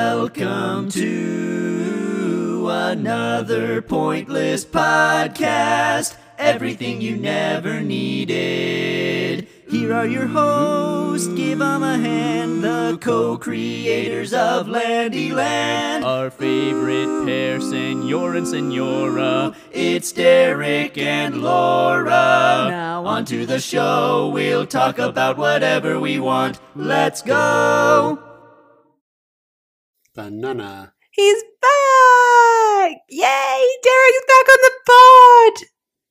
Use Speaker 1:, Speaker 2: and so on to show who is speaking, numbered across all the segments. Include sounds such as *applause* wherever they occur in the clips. Speaker 1: Welcome to another pointless podcast. Everything you never needed. Here are your hosts. Give 'em a hand. The co-creators of Landyland.
Speaker 2: Our favorite pair, Senor and Senora.
Speaker 1: It's Derek and Laura. Now onto the show. We'll talk about whatever we want. Let's go.
Speaker 3: Banana.
Speaker 4: He's back! Yay! Derek's back on the pod!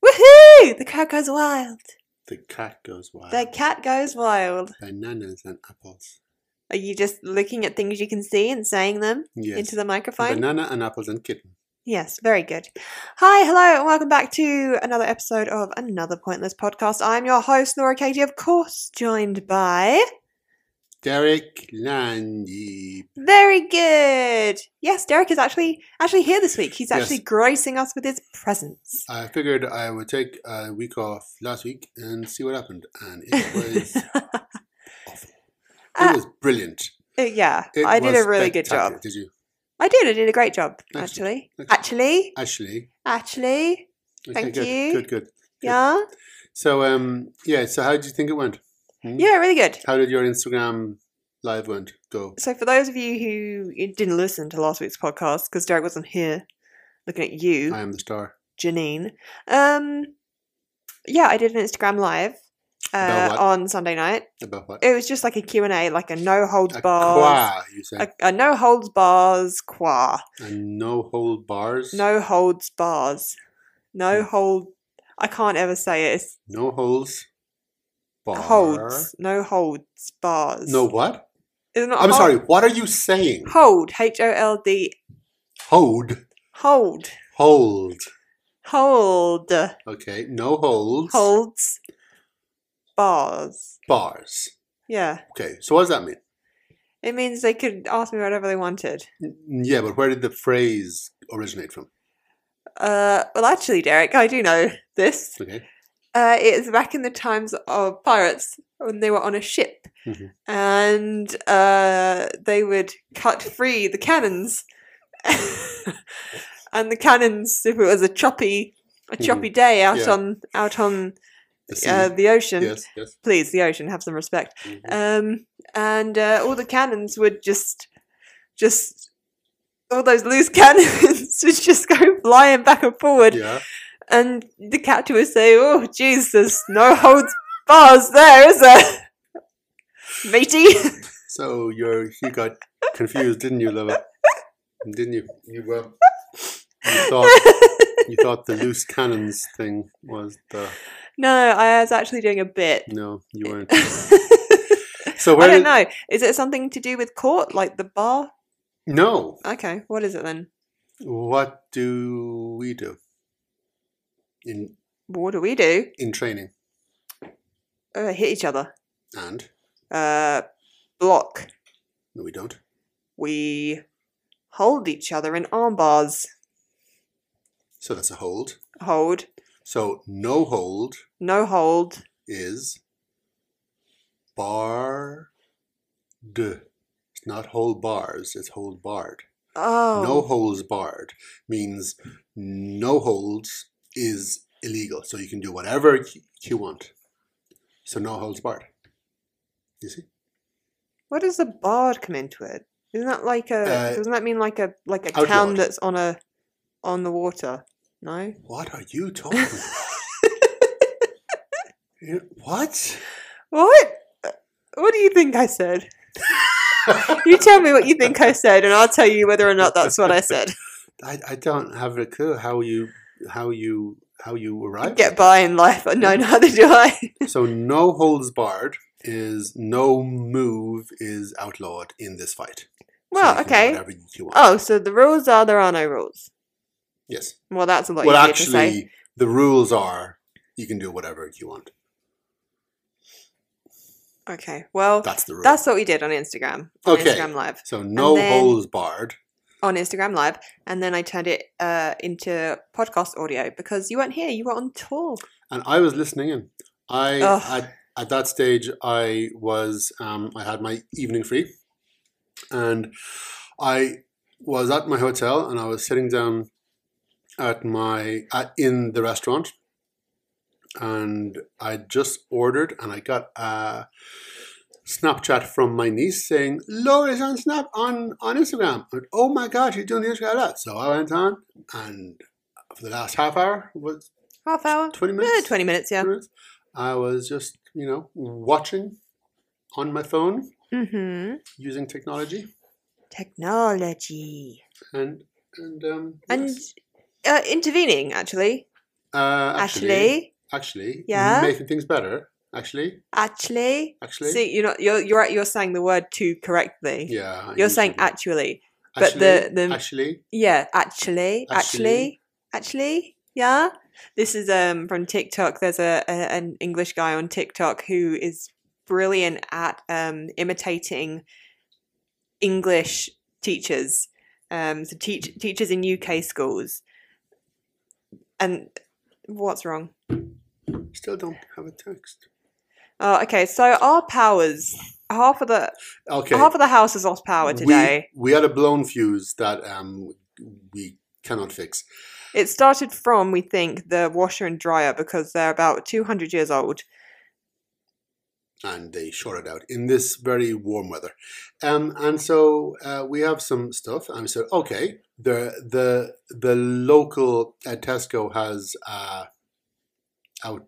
Speaker 4: Woohoo! The cat goes wild.
Speaker 3: The cat goes wild.
Speaker 4: The cat goes wild.
Speaker 3: Bananas and apples.
Speaker 4: Are you just looking at things you can see and saying them
Speaker 3: Yes.
Speaker 4: into the microphone?
Speaker 3: Banana and apples and kitten.
Speaker 4: Yes, very good. Hi, hello, and welcome back to another episode of Another Pointless Podcast. I'm your host, Laura Katie, of course, joined by.
Speaker 3: Derek Landy.
Speaker 4: Very good. Yes, Derek is actually actually here this week. He's
Speaker 3: Yes.
Speaker 4: actually gracing us with his presence.
Speaker 3: I figured I would take a week off last week and see what happened. And
Speaker 4: *laughs*
Speaker 3: it was, it
Speaker 4: Ah.
Speaker 3: was brilliant.
Speaker 4: yeah,
Speaker 3: It
Speaker 4: I did
Speaker 3: was
Speaker 4: a really good job.
Speaker 3: spectacular. Did you?
Speaker 4: I did. I did a great job,
Speaker 3: Excellent.
Speaker 4: actually.
Speaker 3: Excellent.
Speaker 4: Actually,
Speaker 3: Actually.
Speaker 4: actually,
Speaker 3: okay,
Speaker 4: Thank
Speaker 3: good,
Speaker 4: you.
Speaker 3: Good, good.
Speaker 4: yeah,
Speaker 3: So, um, yeah, so how did you think it went? Hmm?
Speaker 4: yeah, really good.
Speaker 3: How did your Instagram live went go?
Speaker 4: So, for those of you who didn't listen to last week's podcast because Derek wasn't here, looking at you,
Speaker 3: I am the star.
Speaker 4: Janine. Um, yeah, I did an Instagram live
Speaker 3: About
Speaker 4: uh,
Speaker 3: what?
Speaker 4: on Sunday night.
Speaker 3: About what?
Speaker 4: It was just like a Q and A, like a no holds
Speaker 3: a
Speaker 4: bars,
Speaker 3: qua, you
Speaker 4: a,
Speaker 3: said.
Speaker 4: a no holds bars qua,
Speaker 3: and no whole bars?
Speaker 4: no holds bars, no
Speaker 3: Hmm.
Speaker 4: hold. I can't ever say it. It's
Speaker 3: No holes. Bar.
Speaker 4: holds, no holds bars.
Speaker 3: No what?
Speaker 4: Isn't it
Speaker 3: I'm
Speaker 4: hold?
Speaker 3: sorry. What are you saying?
Speaker 4: Hold. H O L D.
Speaker 3: Hold.
Speaker 4: Hold.
Speaker 3: Hold.
Speaker 4: Hold.
Speaker 3: Okay. No holds.
Speaker 4: Holds. Bars.
Speaker 3: Bars.
Speaker 4: Yeah.
Speaker 3: Okay. So what does that mean?
Speaker 4: It means they could ask me whatever they wanted.
Speaker 3: N- Yeah, but where did the phrase originate from?
Speaker 4: Uh, well, actually, Derek, I do know this.
Speaker 3: Okay.
Speaker 4: Uh, it was back in the times of pirates when they were on a ship
Speaker 3: Mhm.
Speaker 4: and uh, they would cut free the cannons. *laughs* and the cannons, if it was a choppy, a
Speaker 3: Mhm.
Speaker 4: choppy day out
Speaker 3: Yeah.
Speaker 4: on out on
Speaker 3: The
Speaker 4: uh,
Speaker 3: sea.
Speaker 4: the ocean,
Speaker 3: yes. Yes.
Speaker 4: please the ocean have some respect
Speaker 3: Mhm.
Speaker 4: um and uh, all the cannons would just just all those loose *laughs* cannons would just go flying back and forward
Speaker 3: yeah.
Speaker 4: and the captain would say oh jesus no holds bars there is there *laughs* matey *laughs*
Speaker 3: So you're you got confused, didn't you, Leva? Didn't you? You were. You thought you thought the loose cannons thing was the
Speaker 4: no i was actually doing a bit *laughs*
Speaker 3: no. You weren't.
Speaker 4: i
Speaker 3: So where
Speaker 4: don't
Speaker 3: did,
Speaker 4: know is it something to do with court like the bar
Speaker 3: No.
Speaker 4: okay what is it then
Speaker 3: What do we do in
Speaker 4: what do we do
Speaker 3: in training?
Speaker 4: uh, hit each other
Speaker 3: And
Speaker 4: uh block
Speaker 3: no, we don't.
Speaker 4: we hold each other in arm bars.
Speaker 3: So that's a hold.
Speaker 4: Hold,
Speaker 3: So no hold
Speaker 4: no hold,
Speaker 3: is barred. It's not hold bars. It's hold barred.
Speaker 4: oh,
Speaker 3: No holds barred means no holds is illegal. So you can do whatever y- you want. So no holds barred. You see?
Speaker 4: What does the bard come into it? Isn't that like a?
Speaker 3: Uh,
Speaker 4: doesn't that mean like a like a town
Speaker 3: outlawed.
Speaker 4: that's on a on the water? No.
Speaker 3: What are you talking about? You- what?
Speaker 4: What? What do you think I said? you tell me what you think I said, and I'll tell you whether or not that's what I
Speaker 3: *laughs*
Speaker 4: said.
Speaker 3: I, I don't have a clue how you how you how you arrive.
Speaker 4: Get by in life, *laughs* but no, neither do I.
Speaker 3: So no holds barred is no move is outlawed in this fight. So
Speaker 4: Well,
Speaker 3: *laughs* you can do
Speaker 4: okay.
Speaker 3: Whatever you want.
Speaker 4: Oh, so the rules are there are no rules.
Speaker 3: yes.
Speaker 4: Well, that's a lot
Speaker 3: well,
Speaker 4: easier to say.
Speaker 3: actually, the rules are you can do whatever you want.
Speaker 4: Okay. Well,
Speaker 3: That's the rule.
Speaker 4: That's what we did on Instagram. On
Speaker 3: Okay.
Speaker 4: Instagram Live.
Speaker 3: so no
Speaker 4: then-
Speaker 3: holds barred.
Speaker 4: On Instagram Live. And then I turned it uh, into podcast audio because you weren't here. You were on tour.
Speaker 3: and I was listening in. I
Speaker 4: Ugh.
Speaker 3: at, at that stage I was um, I had my evening free, and I was at my hotel and I was sitting down at my at, in the restaurant, and I just ordered and I got a Snapchat from my niece saying Laura's on Snap on on Instagram. I went, oh my god, she's doing the Instagram live. So I went on and for the last half hour was
Speaker 4: Half hour?
Speaker 3: 20
Speaker 4: Yeah,
Speaker 3: minutes?
Speaker 4: 20 minutes, yeah.
Speaker 3: I was just you know watching on my phone
Speaker 4: hmm
Speaker 3: using technology
Speaker 4: Technology.
Speaker 3: and and um
Speaker 4: And
Speaker 3: yes.
Speaker 4: uh, intervening, actually.
Speaker 3: uh,
Speaker 4: Actually.
Speaker 3: actually
Speaker 4: Yeah?
Speaker 3: making things better actually
Speaker 4: Actually.
Speaker 3: actually
Speaker 4: See, you're not, you're, you're, you're saying the word too correctly.
Speaker 3: yeah I
Speaker 4: You're
Speaker 3: usually
Speaker 4: saying
Speaker 3: do.
Speaker 4: actually. but
Speaker 3: actually,
Speaker 4: the- the-
Speaker 3: actually
Speaker 4: Yeah, actually,
Speaker 3: Actually.
Speaker 4: actually, actually, yeah. This is um from TikTok. There's a, a an English guy on TikTok who is brilliant at um imitating English teachers, um so teach teachers in UK schools. And what's wrong?
Speaker 3: still don't have a text
Speaker 4: Oh, okay. So our powers, half of the
Speaker 3: okay
Speaker 4: half of the house has lost power today.
Speaker 3: we, we had a blown fuse that um we cannot fix
Speaker 4: It started from, we think, the washer and dryer because they're about 200 years old.
Speaker 3: and they short it out in this very warm weather. Um, and so uh, we have some stuff, and we said, okay, the the the local uh, Tesco has uh, out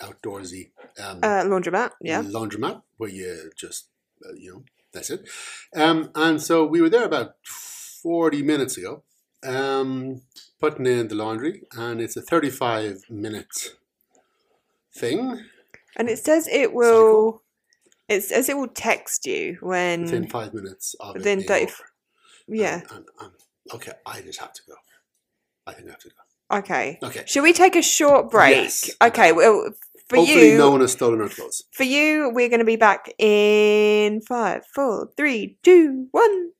Speaker 3: outdoorsy um,
Speaker 4: Uh, laundromat, yeah.
Speaker 3: Mm. laundromat where you just uh, you know that's it. Um, and so we were there about forty minutes ago, um, putting in the laundry, and it's a thirty-five minute thing
Speaker 4: And it says it will. It says it will text you
Speaker 3: within
Speaker 4: when.
Speaker 3: five minutes of
Speaker 4: Mm.
Speaker 3: it
Speaker 4: Within
Speaker 3: being
Speaker 4: 30
Speaker 3: over.
Speaker 4: Yeah.
Speaker 3: Um, um, um, okay, I just have to go. I think I have to go.
Speaker 4: Okay.
Speaker 3: Okay.
Speaker 4: Should we take a short break?
Speaker 3: Yes.
Speaker 4: Okay. Well, for
Speaker 3: Hopefully,
Speaker 4: you,
Speaker 3: no one has stolen our clothes.
Speaker 4: for you, we're going to be back in five, four, three, two, one.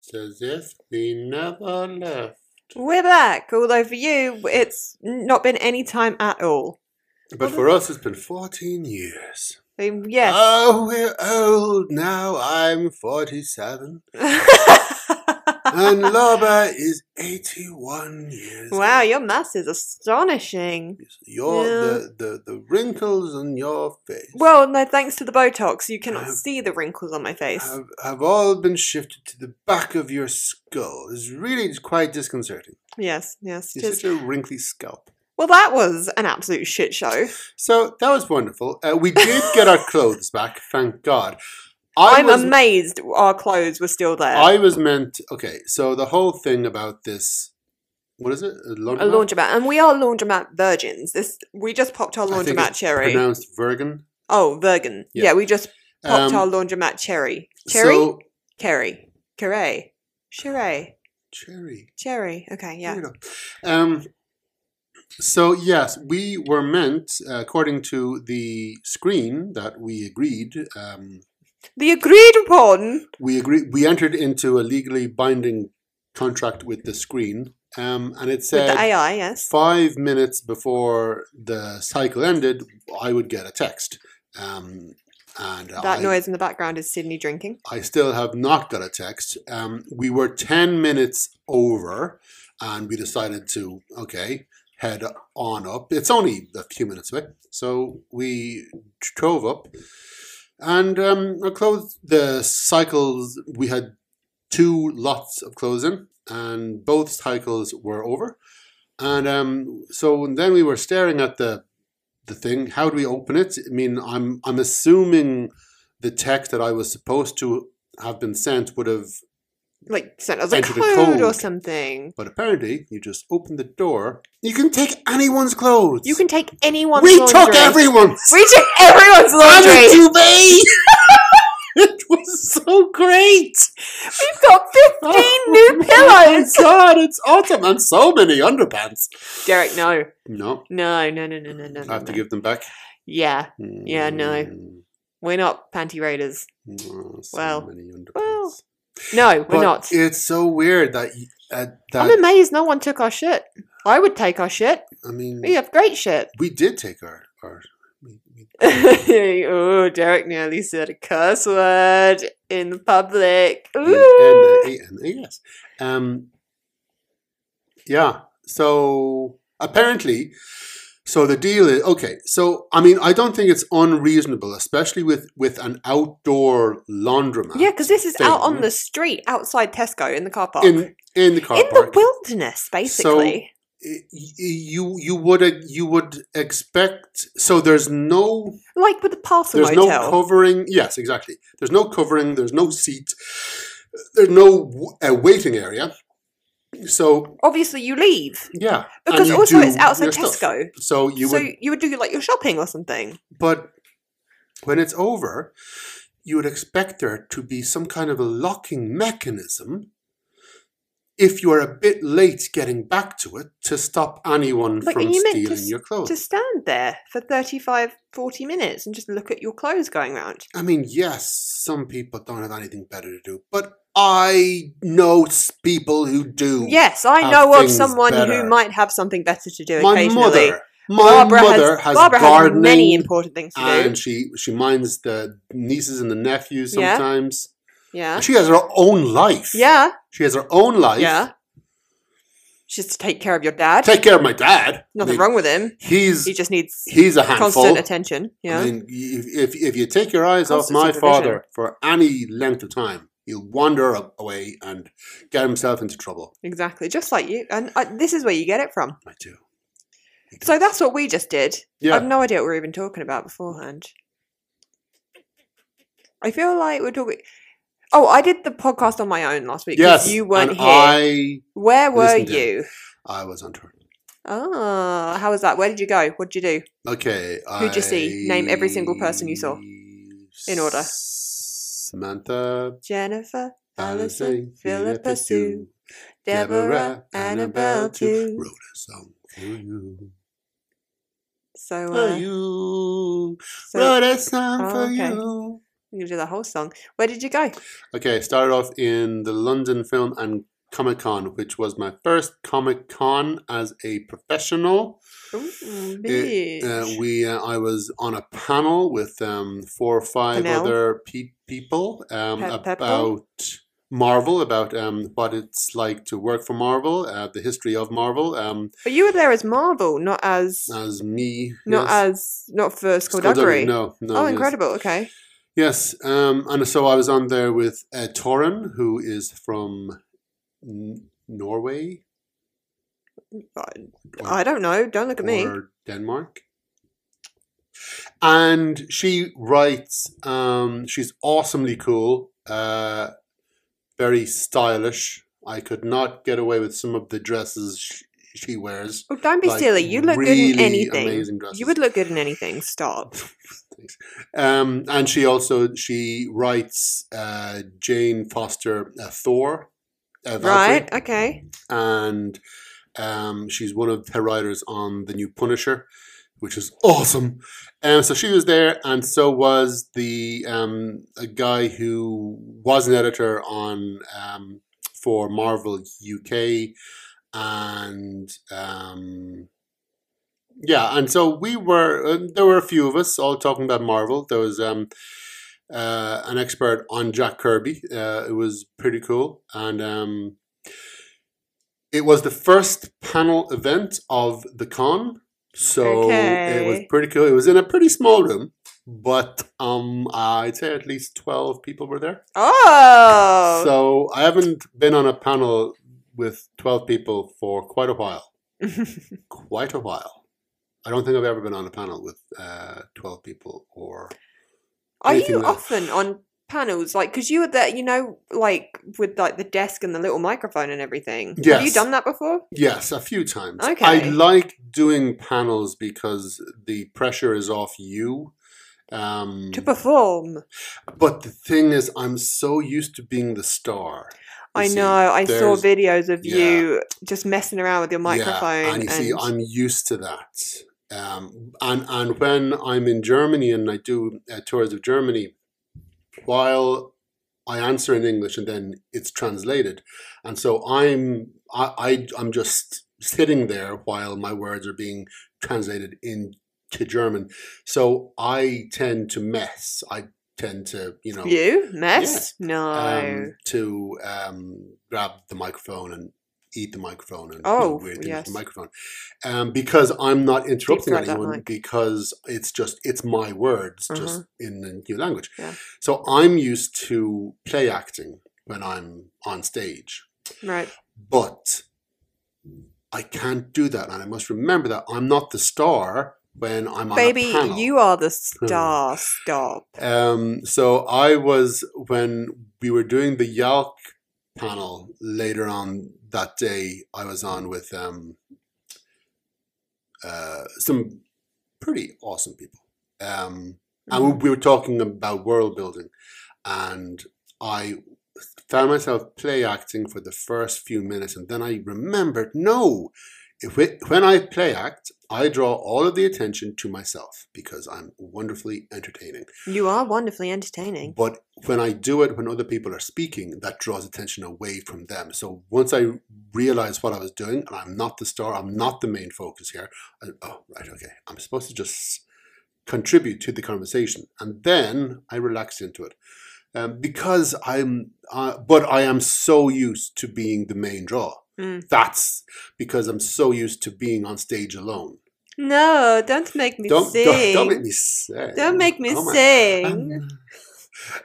Speaker 3: Says if we never left.
Speaker 4: We're back. Although for you, it's not been any time at all.
Speaker 3: But for us, it's been 14 years.
Speaker 4: Um, Yes.
Speaker 3: Oh, we're old now. I'm 47. Uh,
Speaker 4: *laughs*
Speaker 3: And Laura is 81 years
Speaker 4: wow,
Speaker 3: old.
Speaker 4: your maths is astonishing.
Speaker 3: Your,
Speaker 4: Yeah.
Speaker 3: the, the, the wrinkles on your face
Speaker 4: Well, no, thanks to the Botox, you cannot
Speaker 3: Um,
Speaker 4: see the wrinkles on my face.
Speaker 3: have, have all been shifted to the back of your skull. It's really quite disconcerting.
Speaker 4: yes, yes.
Speaker 3: It's
Speaker 4: just-
Speaker 3: such a wrinkly scalp.
Speaker 4: Well, that was an absolute shit show.
Speaker 3: So that was wonderful. Uh, we did get our clothes back, thank God. I
Speaker 4: I'm
Speaker 3: was,
Speaker 4: amazed our clothes were still there.
Speaker 3: I was meant. Okay, so the whole thing about this, what is it? A laundromat.
Speaker 4: a laundromat, and we are laundromat virgins. This we just popped our
Speaker 3: I think
Speaker 4: laundromat
Speaker 3: it's
Speaker 4: cherry.
Speaker 3: Pronounced Virgin.
Speaker 4: oh, virgin.
Speaker 3: Yeah.
Speaker 4: Yeah. we just popped
Speaker 3: Um,
Speaker 4: our laundromat cherry. Cherry,
Speaker 3: So,
Speaker 4: Kerry, Kerry, Cherry,
Speaker 3: cherry.
Speaker 4: Cherry. Okay, yeah.
Speaker 3: Weirdo. Um. So yes, we were meant, uh, according to the screen that we agreed. Um,
Speaker 4: The agreed upon.
Speaker 3: we agreed. We entered into a legally binding contract with the screen, um, and it
Speaker 4: With
Speaker 3: said
Speaker 4: the AI, yes.
Speaker 3: five minutes before the cycle ended, I would get a text. Um, and
Speaker 4: That
Speaker 3: I,
Speaker 4: noise in the background is Sydney drinking.
Speaker 3: I still have not got a text. Um, we were 10 minutes over and we decided to, okay, head on up. It's only a few minutes away. So we drove up and um, our clothes, the cycles, we had two lots of clothes in and both cycles were over. And um, so then we were staring at the the thing. How do we open it? I mean, I'm I'm assuming the text that I was supposed to have been sent would have,
Speaker 4: Like sent us a
Speaker 3: Entered a
Speaker 4: code or
Speaker 3: code.
Speaker 4: something.
Speaker 3: but apparently you just open the door. You can take anyone's clothes.
Speaker 4: You can take anyone's
Speaker 3: We
Speaker 4: laundry.
Speaker 3: took everyone's.
Speaker 4: We took everyone's
Speaker 3: Anna
Speaker 4: laundry.
Speaker 3: Dubé! *laughs* it was so great.
Speaker 4: We've got 15 new pillows.
Speaker 3: Oh my God, it's autumn and so many underpants.
Speaker 4: Derek, no.
Speaker 3: No,
Speaker 4: No, no, no, no, no, no.
Speaker 3: I have
Speaker 4: no,
Speaker 3: to
Speaker 4: no.
Speaker 3: give them back.
Speaker 4: Yeah, Yeah, no.
Speaker 3: Mm,
Speaker 4: we're not panty raiders.
Speaker 3: oh, so
Speaker 4: Well,
Speaker 3: many underpants.
Speaker 4: well, No, we're
Speaker 3: But
Speaker 4: not.
Speaker 3: It's so weird that y- uh, that
Speaker 4: I'm amazed no one took our shit. I would take our shit.
Speaker 3: I mean
Speaker 4: We have great shit. *laughs*
Speaker 3: we did take our our we, we
Speaker 4: oh, Derek nearly said a cuss word in the public.
Speaker 3: and,
Speaker 4: Ooh.
Speaker 3: and, uh, and, uh, yes. Um, yeah. So apparently, so the deal is okay. So I mean, I don't think it's unreasonable, especially with with an outdoor laundromat.
Speaker 4: Yeah, because this is out on
Speaker 3: thing.
Speaker 4: the street outside Tesco in the car park. In,
Speaker 3: in in the car
Speaker 4: the
Speaker 3: park.
Speaker 4: wilderness, basically.
Speaker 3: y- y- you you would uh, you would expect so there's no
Speaker 4: like with the parcel
Speaker 3: There's
Speaker 4: motel.
Speaker 3: no covering. Yes, exactly. There's no covering. There's no seat. There's no w- uh, waiting area. So
Speaker 4: Obviously, you leave
Speaker 3: yeah, and
Speaker 4: because
Speaker 3: you
Speaker 4: also
Speaker 3: do
Speaker 4: it's outside
Speaker 3: your stuff.
Speaker 4: Tesco.
Speaker 3: So you
Speaker 4: so
Speaker 3: would,
Speaker 4: you would do like your shopping or something.
Speaker 3: but when it's over, you would expect there to be some kind of a locking mechanism. If you are a bit late getting back to it, to stop anyone
Speaker 4: Like,
Speaker 3: from
Speaker 4: are you meant to
Speaker 3: stealing
Speaker 4: s-
Speaker 3: your clothes.
Speaker 4: To stand there for 35, 40 minutes and just look at your clothes going round.
Speaker 3: I mean, yes, some people don't have anything better to do, but I know s- people who do.
Speaker 4: Yes, I
Speaker 3: Have
Speaker 4: know of
Speaker 3: things
Speaker 4: someone
Speaker 3: better.
Speaker 4: who might have something better to do
Speaker 3: my
Speaker 4: occasionally.
Speaker 3: mother, my
Speaker 4: Barbara
Speaker 3: mother has,
Speaker 4: Barbara
Speaker 3: gardening,
Speaker 4: has many important things to do.
Speaker 3: and she she minds the nieces and the nephews
Speaker 4: Yeah.
Speaker 3: sometimes.
Speaker 4: Yeah.
Speaker 3: And She has her own life.
Speaker 4: Yeah.
Speaker 3: she has her own life.
Speaker 4: Yeah. Just to take care of your dad.
Speaker 3: take care of my dad.
Speaker 4: Nothing
Speaker 3: I mean,
Speaker 4: wrong with him.
Speaker 3: He's
Speaker 4: He just needs
Speaker 3: he's a handful.
Speaker 4: constant attention. Yeah.
Speaker 3: I mean, if, if if you take your eyes off
Speaker 4: Constant
Speaker 3: my
Speaker 4: supervision.
Speaker 3: father for any length of time, he'll wander a- away and get himself into trouble.
Speaker 4: Exactly, just like you. And uh, this is where you get it from.
Speaker 3: I do. He
Speaker 4: So
Speaker 3: does.
Speaker 4: that's what we just did.
Speaker 3: yeah.
Speaker 4: I've no idea what we were even talking about beforehand. I feel like we're talking. Oh, I did the podcast on my own last week. 'cause
Speaker 3: yes,
Speaker 4: you weren't
Speaker 3: and
Speaker 4: here.
Speaker 3: I
Speaker 4: Where were
Speaker 3: listened in.
Speaker 4: you?
Speaker 3: I was on tour.
Speaker 4: Ah, how was that? Where did you go? What did you do?
Speaker 3: Okay.
Speaker 4: Who'd you see? Name every single person you saw. In order.
Speaker 3: Samantha,
Speaker 4: Jennifer,
Speaker 3: Alison,
Speaker 4: Alison, Philippa,
Speaker 3: Philippa Sue,
Speaker 4: Sue, Deborah, Annabelle, too.
Speaker 3: Wrote a song for you.
Speaker 4: So,
Speaker 3: For
Speaker 4: uh,
Speaker 3: you.
Speaker 4: so
Speaker 3: Wrote a song
Speaker 4: Oh,
Speaker 3: for
Speaker 4: okay.
Speaker 3: you.
Speaker 4: I'm gonna do the whole song. Where did you go?
Speaker 3: Okay, started off in the London Film and Comic Con, which was my first Comic Con as a professional.
Speaker 4: Ooh,
Speaker 3: It- uh,
Speaker 4: bitch.
Speaker 3: we uh, I was on a panel with um, four or five
Speaker 4: Panel.
Speaker 3: other pe- people um,
Speaker 4: Pe- pepple?
Speaker 3: about Marvel, about um, what it's like to work for Marvel, uh, the history of Marvel, um,
Speaker 4: but you were there as Marvel, not as
Speaker 3: as me.
Speaker 4: not
Speaker 3: Uh,
Speaker 4: as
Speaker 3: yes.
Speaker 4: not for
Speaker 3: Skullduggery,
Speaker 4: skullduggery.
Speaker 3: No, no.
Speaker 4: oh,
Speaker 3: yes.
Speaker 4: incredible! Okay,
Speaker 3: Yes, um, and so I was on there with uh, Torin, who is from N- Norway.
Speaker 4: Fine.
Speaker 3: or
Speaker 4: I don't know. Don't look at me.
Speaker 3: or Denmark. And she writes, um, she's awesomely cool, uh, very stylish. I could not get away with some of the dresses sh- she wears.
Speaker 4: Oh, don't be
Speaker 3: like,
Speaker 4: silly. You look good in
Speaker 3: really
Speaker 4: anything.
Speaker 3: amazing dresses.
Speaker 4: You would look good in anything. Stop.
Speaker 3: *laughs* Thanks. Um, and she also she writes uh, Jane Foster uh, Thor, uh, Valkyrie,
Speaker 4: Right? Okay.
Speaker 3: and um, she's one of her writers on the new Punisher, which is awesome. Um, so she was there, and so was the um, a guy who was an editor on um, for Marvel UK, and um, yeah, and so we were. Uh, there were a few of us all talking about Marvel. There was. Um, uh, an expert on Jack Kirby. Uh, it was pretty cool, and um, it was the first panel event of the con, so it was
Speaker 4: Okay.
Speaker 3: pretty cool. It was in a pretty small room, but um, I'd say at least twelve people were there.
Speaker 4: Oh.
Speaker 3: So I haven't been on a panel with twelve people for quite a while. Quite a while. I don't think I've ever been on a panel with uh, twelve people or.
Speaker 4: *laughs* Are
Speaker 3: anything
Speaker 4: you
Speaker 3: like-
Speaker 4: often on panels? Like, because you were there, you know, like with like the desk and the little microphone and everything. Have you
Speaker 3: Yes.
Speaker 4: done that before?
Speaker 3: Yes, a few times. I
Speaker 4: Okay.
Speaker 3: like doing panels because the pressure is off you. Um,
Speaker 4: To perform.
Speaker 3: but the thing is, I'm so used to being the star. you
Speaker 4: I
Speaker 3: see.
Speaker 4: know. I saw
Speaker 3: there's-
Speaker 4: videos of
Speaker 3: yeah.
Speaker 4: you just messing around with your microphone.
Speaker 3: Yeah, and you see, I'm used to that. Um, and and when I'm in Germany and I do uh, tours of Germany, while I answer in English and then it's translated, and so I'm I, I I'm just sitting there while my words are being translated in to German. So I tend to mess. I tend to, you know,
Speaker 4: You mess? No.
Speaker 3: um, to um, grab the microphone and eat the microphone and do
Speaker 4: Oh,
Speaker 3: weird things with
Speaker 4: yes.
Speaker 3: the microphone. Um, because I'm not interrupting
Speaker 4: throat that
Speaker 3: anyone
Speaker 4: mic.
Speaker 3: because it's just it's my words just
Speaker 4: Uh-huh.
Speaker 3: in a new language.
Speaker 4: Yeah.
Speaker 3: So I'm used to play acting when I'm on stage.
Speaker 4: right.
Speaker 3: But I can't do that and I must remember that I'm not the star when I'm
Speaker 4: Baby,
Speaker 3: on a panel. Hmm.
Speaker 4: you are the star. Stop.
Speaker 3: Um, so I was when we were doing the Yalk panel later on that day. I was on with um, uh, some pretty awesome people, um, and we- we were talking about world building, and I found myself play acting for the first few minutes, and then I remembered no. If we, when I play act, I draw all of the attention to myself because I'm wonderfully entertaining.
Speaker 4: You are wonderfully entertaining.
Speaker 3: But when I do it, when other people are speaking, that draws attention away from them. So once I realized what I was doing, and I'm not the star, I'm not the main focus here. I, oh, right, okay. I'm supposed to just contribute to the conversation, and then I relaxed into it um, because I'm. Uh, but I am so used to being the main draw.
Speaker 4: Mm.
Speaker 3: That's because I'm so used to being on stage alone.
Speaker 4: No, don't make me
Speaker 3: Don't,
Speaker 4: sing.
Speaker 3: don't don't make me sing.
Speaker 4: Don't make me
Speaker 3: Oh my
Speaker 4: sing.
Speaker 3: *laughs*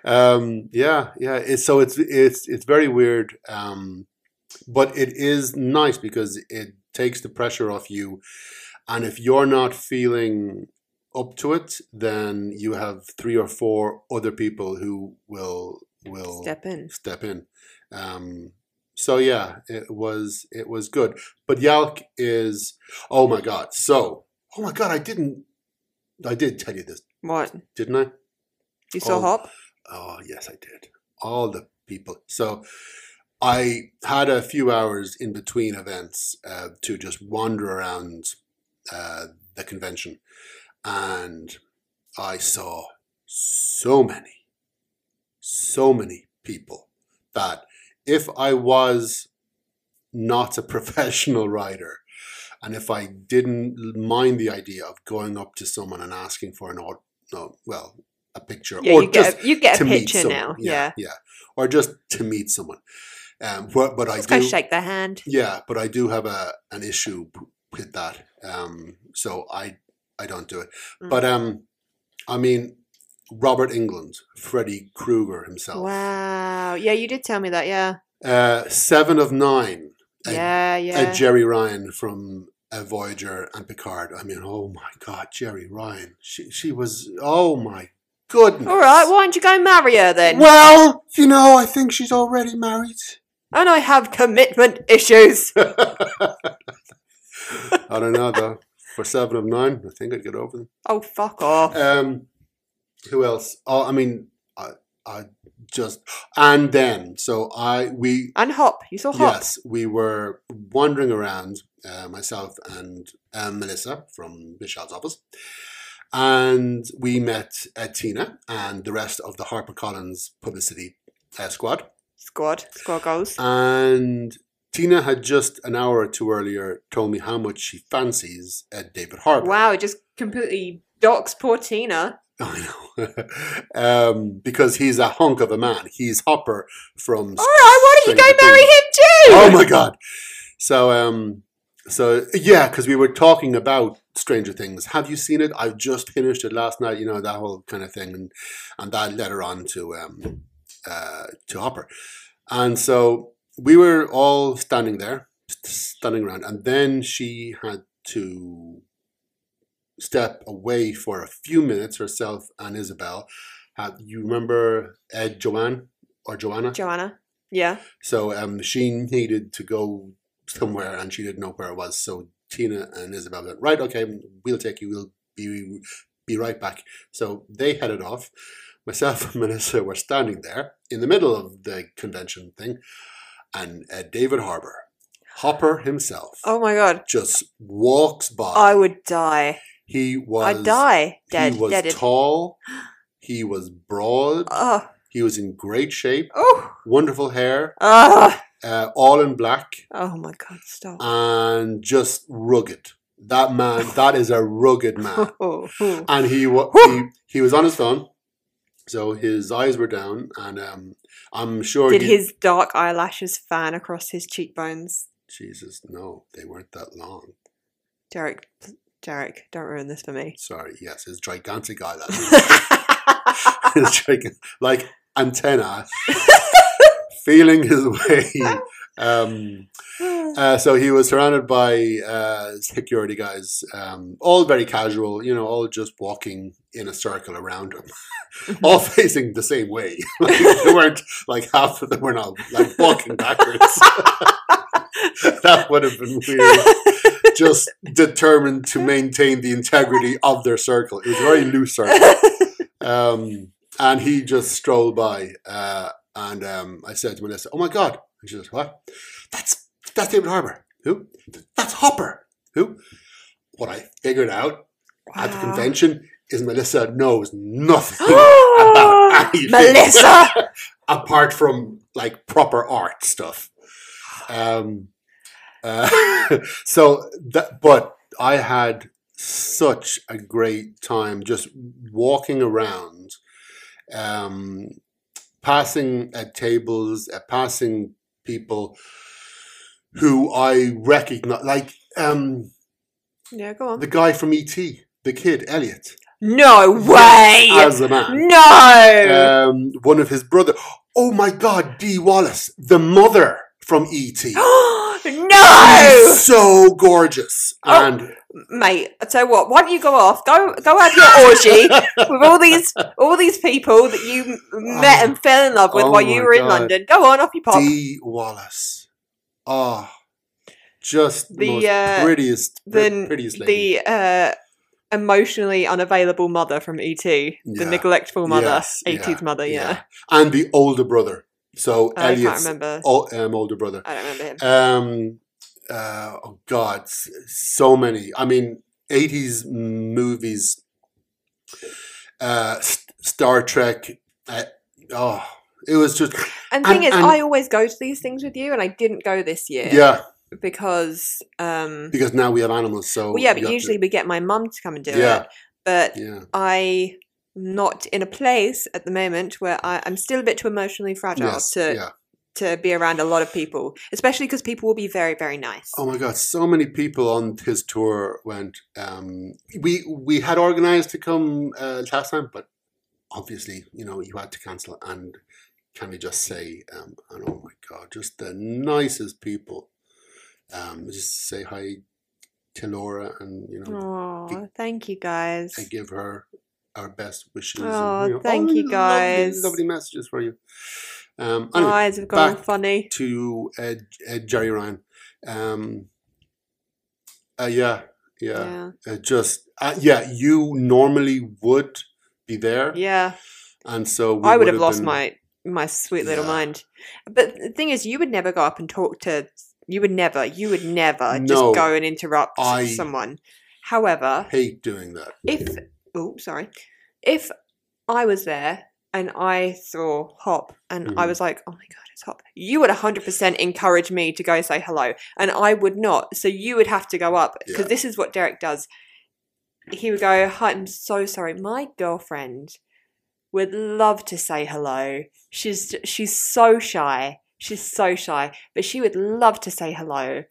Speaker 3: um yeah yeah it, so it's it's it's very weird um but it is nice because it takes the pressure off you and if you're not feeling up to it then you have three or four other people who will will
Speaker 4: Step in.
Speaker 3: step in. Um, so yeah, it was it was good. But Yalk is oh my god. So oh my god, I didn't I did tell you this,
Speaker 4: What?
Speaker 3: didn't I?
Speaker 4: You saw
Speaker 3: Oh.
Speaker 4: Hop?
Speaker 3: Oh, yes, I did. All the people. So I had a few hours in between events uh, to just wander around uh, the convention. And I saw so many, so many people that if I was not a *laughs* professional writer, and if I didn't mind the idea of going up to someone and asking for an odd, no, well, a picture
Speaker 4: Yeah,
Speaker 3: or
Speaker 4: you
Speaker 3: just
Speaker 4: get a, you get a
Speaker 3: to meet
Speaker 4: picture
Speaker 3: someone.
Speaker 4: now. Yeah.
Speaker 3: yeah, or just to meet someone. Um, but, but I
Speaker 4: Let's
Speaker 3: do,
Speaker 4: go shake their hand.
Speaker 3: yeah, but I do have a an issue p- with that. Um, so I I don't do it.
Speaker 4: Mm.
Speaker 3: But um, I mean, Robert England, Freddy Krueger himself,
Speaker 4: Mm. Wow. Yeah, you did tell me that. Yeah.
Speaker 3: uh, seven of nine, a-
Speaker 4: yeah,
Speaker 3: a
Speaker 4: yeah.
Speaker 3: Jerry Ryan from. A Voyager and Picard. I mean, oh my God, Jerry Ryan. She she was. Oh my goodness.
Speaker 4: All right, why don't you go marry her then?
Speaker 3: Well, you know, I think she's already married.
Speaker 4: And I have commitment issues.
Speaker 3: I don't know though. For seven of nine, I think I'd get over them.
Speaker 4: Oh, fuck off.
Speaker 3: Um, who else? Oh, I mean, I, I just and then so I we
Speaker 4: and Hop. You saw Hop?
Speaker 3: yes we were wandering around uh, myself and um, Melissa from Michelle's office, and we met uh, Tina and the rest of the HarperCollins publicity uh, squad.
Speaker 4: Squad. Squad goals.
Speaker 3: Uh, And Tina had just an hour or two earlier told me how much she fancies uh, David Harbour.
Speaker 4: wow, it just completely docks poor Tina.
Speaker 3: *laughs* I know. *laughs* um, because he's a hunk of a man. He's Hopper from.
Speaker 4: All right, why don't you
Speaker 3: Stranger
Speaker 4: go marry
Speaker 3: Things.
Speaker 4: him too?
Speaker 3: Oh my god! So, um, so yeah, because we were talking about Stranger Things. Have you seen it? I just finished it last night. You know that whole kind of thing, and and that led her on to um, uh, to Hopper, and so we were all standing there, st- standing around, and then she had to step away for a few minutes. Herself and Isabel. Have you remember Ed Joanne or Joanna?
Speaker 4: Joanna. Yeah.
Speaker 3: So um, she needed to go somewhere and she didn't know where it was. So Tina and Isabel went, right, okay, we'll take you. We'll be, be right back. So they headed off. Myself *laughs* and Melissa were standing there in the middle of the convention thing and uh, David Harbour, Hopper himself,
Speaker 4: Oh my god.
Speaker 3: just walks by.
Speaker 4: I would die.
Speaker 3: he was,
Speaker 4: I'd die. Dead.
Speaker 3: He was
Speaker 4: Deaded.
Speaker 3: tall. He was broad.
Speaker 4: oh.
Speaker 3: He was in great shape.
Speaker 4: Oh.
Speaker 3: Wonderful hair.
Speaker 4: Oh.
Speaker 3: Uh, all in black.
Speaker 4: Oh my god, stop.
Speaker 3: and just rugged.
Speaker 4: *laughs*
Speaker 3: That man, that is a rugged man.
Speaker 4: Oh, oh.
Speaker 3: and he wa- he, he was on his phone, so his eyes were down, and um, I'm sure
Speaker 4: Did
Speaker 3: he-
Speaker 4: his dark eyelashes fan across his cheekbones?
Speaker 3: Jesus, no, they weren't that long.
Speaker 4: Derek, Derek, don't ruin this for me.
Speaker 3: Sorry, yes, his gigantic eyelashes, *laughs* his gigan- like
Speaker 4: *laughs*
Speaker 3: antenna, feeling his way. Um, uh, so he was surrounded by uh, security guys, um, all very casual, you know, all just walking in a circle around him. all facing the same way. *laughs* Like, they weren't like half of them were not like walking backwards.
Speaker 4: *laughs*
Speaker 3: that would have been weird. Just determined to maintain the integrity of their circle. It was a very loose circle. Um, and he just strolled by. Uh, and um, I said to Melissa, "Oh my god!" And she says, "What? That's that's David Harbour. Who? That's Hopper. Who?" What I figured out *laughs* at the
Speaker 4: Wow. *gasps*
Speaker 3: convention is Melissa knows nothing
Speaker 4: Ah,
Speaker 3: about
Speaker 4: *laughs*
Speaker 3: anything.
Speaker 4: Melissa!
Speaker 3: apart from like proper art stuff. Um, uh, *laughs* so that, but I had such a great time just walking around, um, passing at tables, uh, passing people who I recognize, like um,
Speaker 4: yeah, go on.
Speaker 3: the guy from ET, the kid Elliot, *laughs*
Speaker 4: No way!
Speaker 3: as a man
Speaker 4: no!
Speaker 3: um, one of his brother. Oh my God, Dee Wallace, the mother from ET.
Speaker 4: *gasps* *gasps*
Speaker 3: *laughs*
Speaker 4: no! *laughs*
Speaker 3: She's so gorgeous,
Speaker 4: Oh.
Speaker 3: and
Speaker 4: Mate, I tell you what, why don't you go off? Go go have your orgy
Speaker 3: *laughs*
Speaker 4: with all these all these people that you m- met and fell in love with
Speaker 3: Oh
Speaker 4: while you
Speaker 3: my
Speaker 4: were in
Speaker 3: God.
Speaker 4: London. Go on, off you pop.
Speaker 3: Dee Wallace, ah, just the
Speaker 4: The,
Speaker 3: most
Speaker 4: uh,
Speaker 3: prettiest, pre-
Speaker 4: the
Speaker 3: prettiest lady.
Speaker 4: the uh, emotionally unavailable mother from ET, the
Speaker 3: Yeah.
Speaker 4: neglectful mother,
Speaker 3: Yes,
Speaker 4: ET's
Speaker 3: yeah,
Speaker 4: mother. Yeah,
Speaker 3: and the older brother. So
Speaker 4: I can't
Speaker 3: Elliot's
Speaker 4: remember.
Speaker 3: o- um, older brother.
Speaker 4: I don't remember him.
Speaker 3: Um, uh, oh God, s- so many. I mean, eighties movies, uh, S- Star Trek. Uh, oh, it was just
Speaker 4: And the thing
Speaker 3: and-
Speaker 4: is,
Speaker 3: and-
Speaker 4: I always go to these things with you, and I didn't go this year.
Speaker 3: yeah.
Speaker 4: because um,
Speaker 3: because now we have animals. So
Speaker 4: well, yeah, but
Speaker 3: you have to-
Speaker 4: usually we get my mum to come and do
Speaker 3: Yeah.
Speaker 4: it, but
Speaker 3: yeah,
Speaker 4: I'm not in a place at the moment where I, I'm still a bit too emotionally fragile
Speaker 3: yes,
Speaker 4: to
Speaker 3: yeah.
Speaker 4: to be around a lot of people, especially because people will be very very nice.
Speaker 3: Oh my God, so many people on his tour went. Um, we we had organized to come uh, last time, but obviously, you know, you had to cancel. And can we just say, um, and oh my God, just the nicest people. Um, just say hi to Laura, and you know,
Speaker 4: Oh, thank you guys.
Speaker 3: I give her our best wishes.
Speaker 4: Aw,
Speaker 3: and, you know,
Speaker 4: thank
Speaker 3: all
Speaker 4: you,
Speaker 3: lovely-
Speaker 4: guys.
Speaker 3: Lovely, messages for you. Um,
Speaker 4: My
Speaker 3: anyway,
Speaker 4: eyes have gone
Speaker 3: back
Speaker 4: funny.
Speaker 3: to uh, uh, Jerry Ryan. Um, uh, yeah, yeah.
Speaker 4: Yeah.
Speaker 3: Uh, just uh, yeah, you normally would be there,
Speaker 4: Yeah.
Speaker 3: and so we
Speaker 4: I would have
Speaker 3: would've
Speaker 4: lost
Speaker 3: been-
Speaker 4: my my sweet little
Speaker 3: Yeah.
Speaker 4: mind. But the thing is you would never go up and talk to you would never, you would never
Speaker 3: No.
Speaker 4: just go and interrupt
Speaker 3: I-
Speaker 4: someone. However,
Speaker 3: hate doing that.
Speaker 4: if oh sorry if i was there and i saw hop and i
Speaker 3: Mhm.
Speaker 4: was like oh my god it's hop you would 100% encourage me to go say hello and i would not so you would have to go up because
Speaker 3: Yeah.
Speaker 4: this is what derek does he would go hi i'm so sorry my girlfriend would love to say hello she's she's so shy she's so shy but she would love to say hello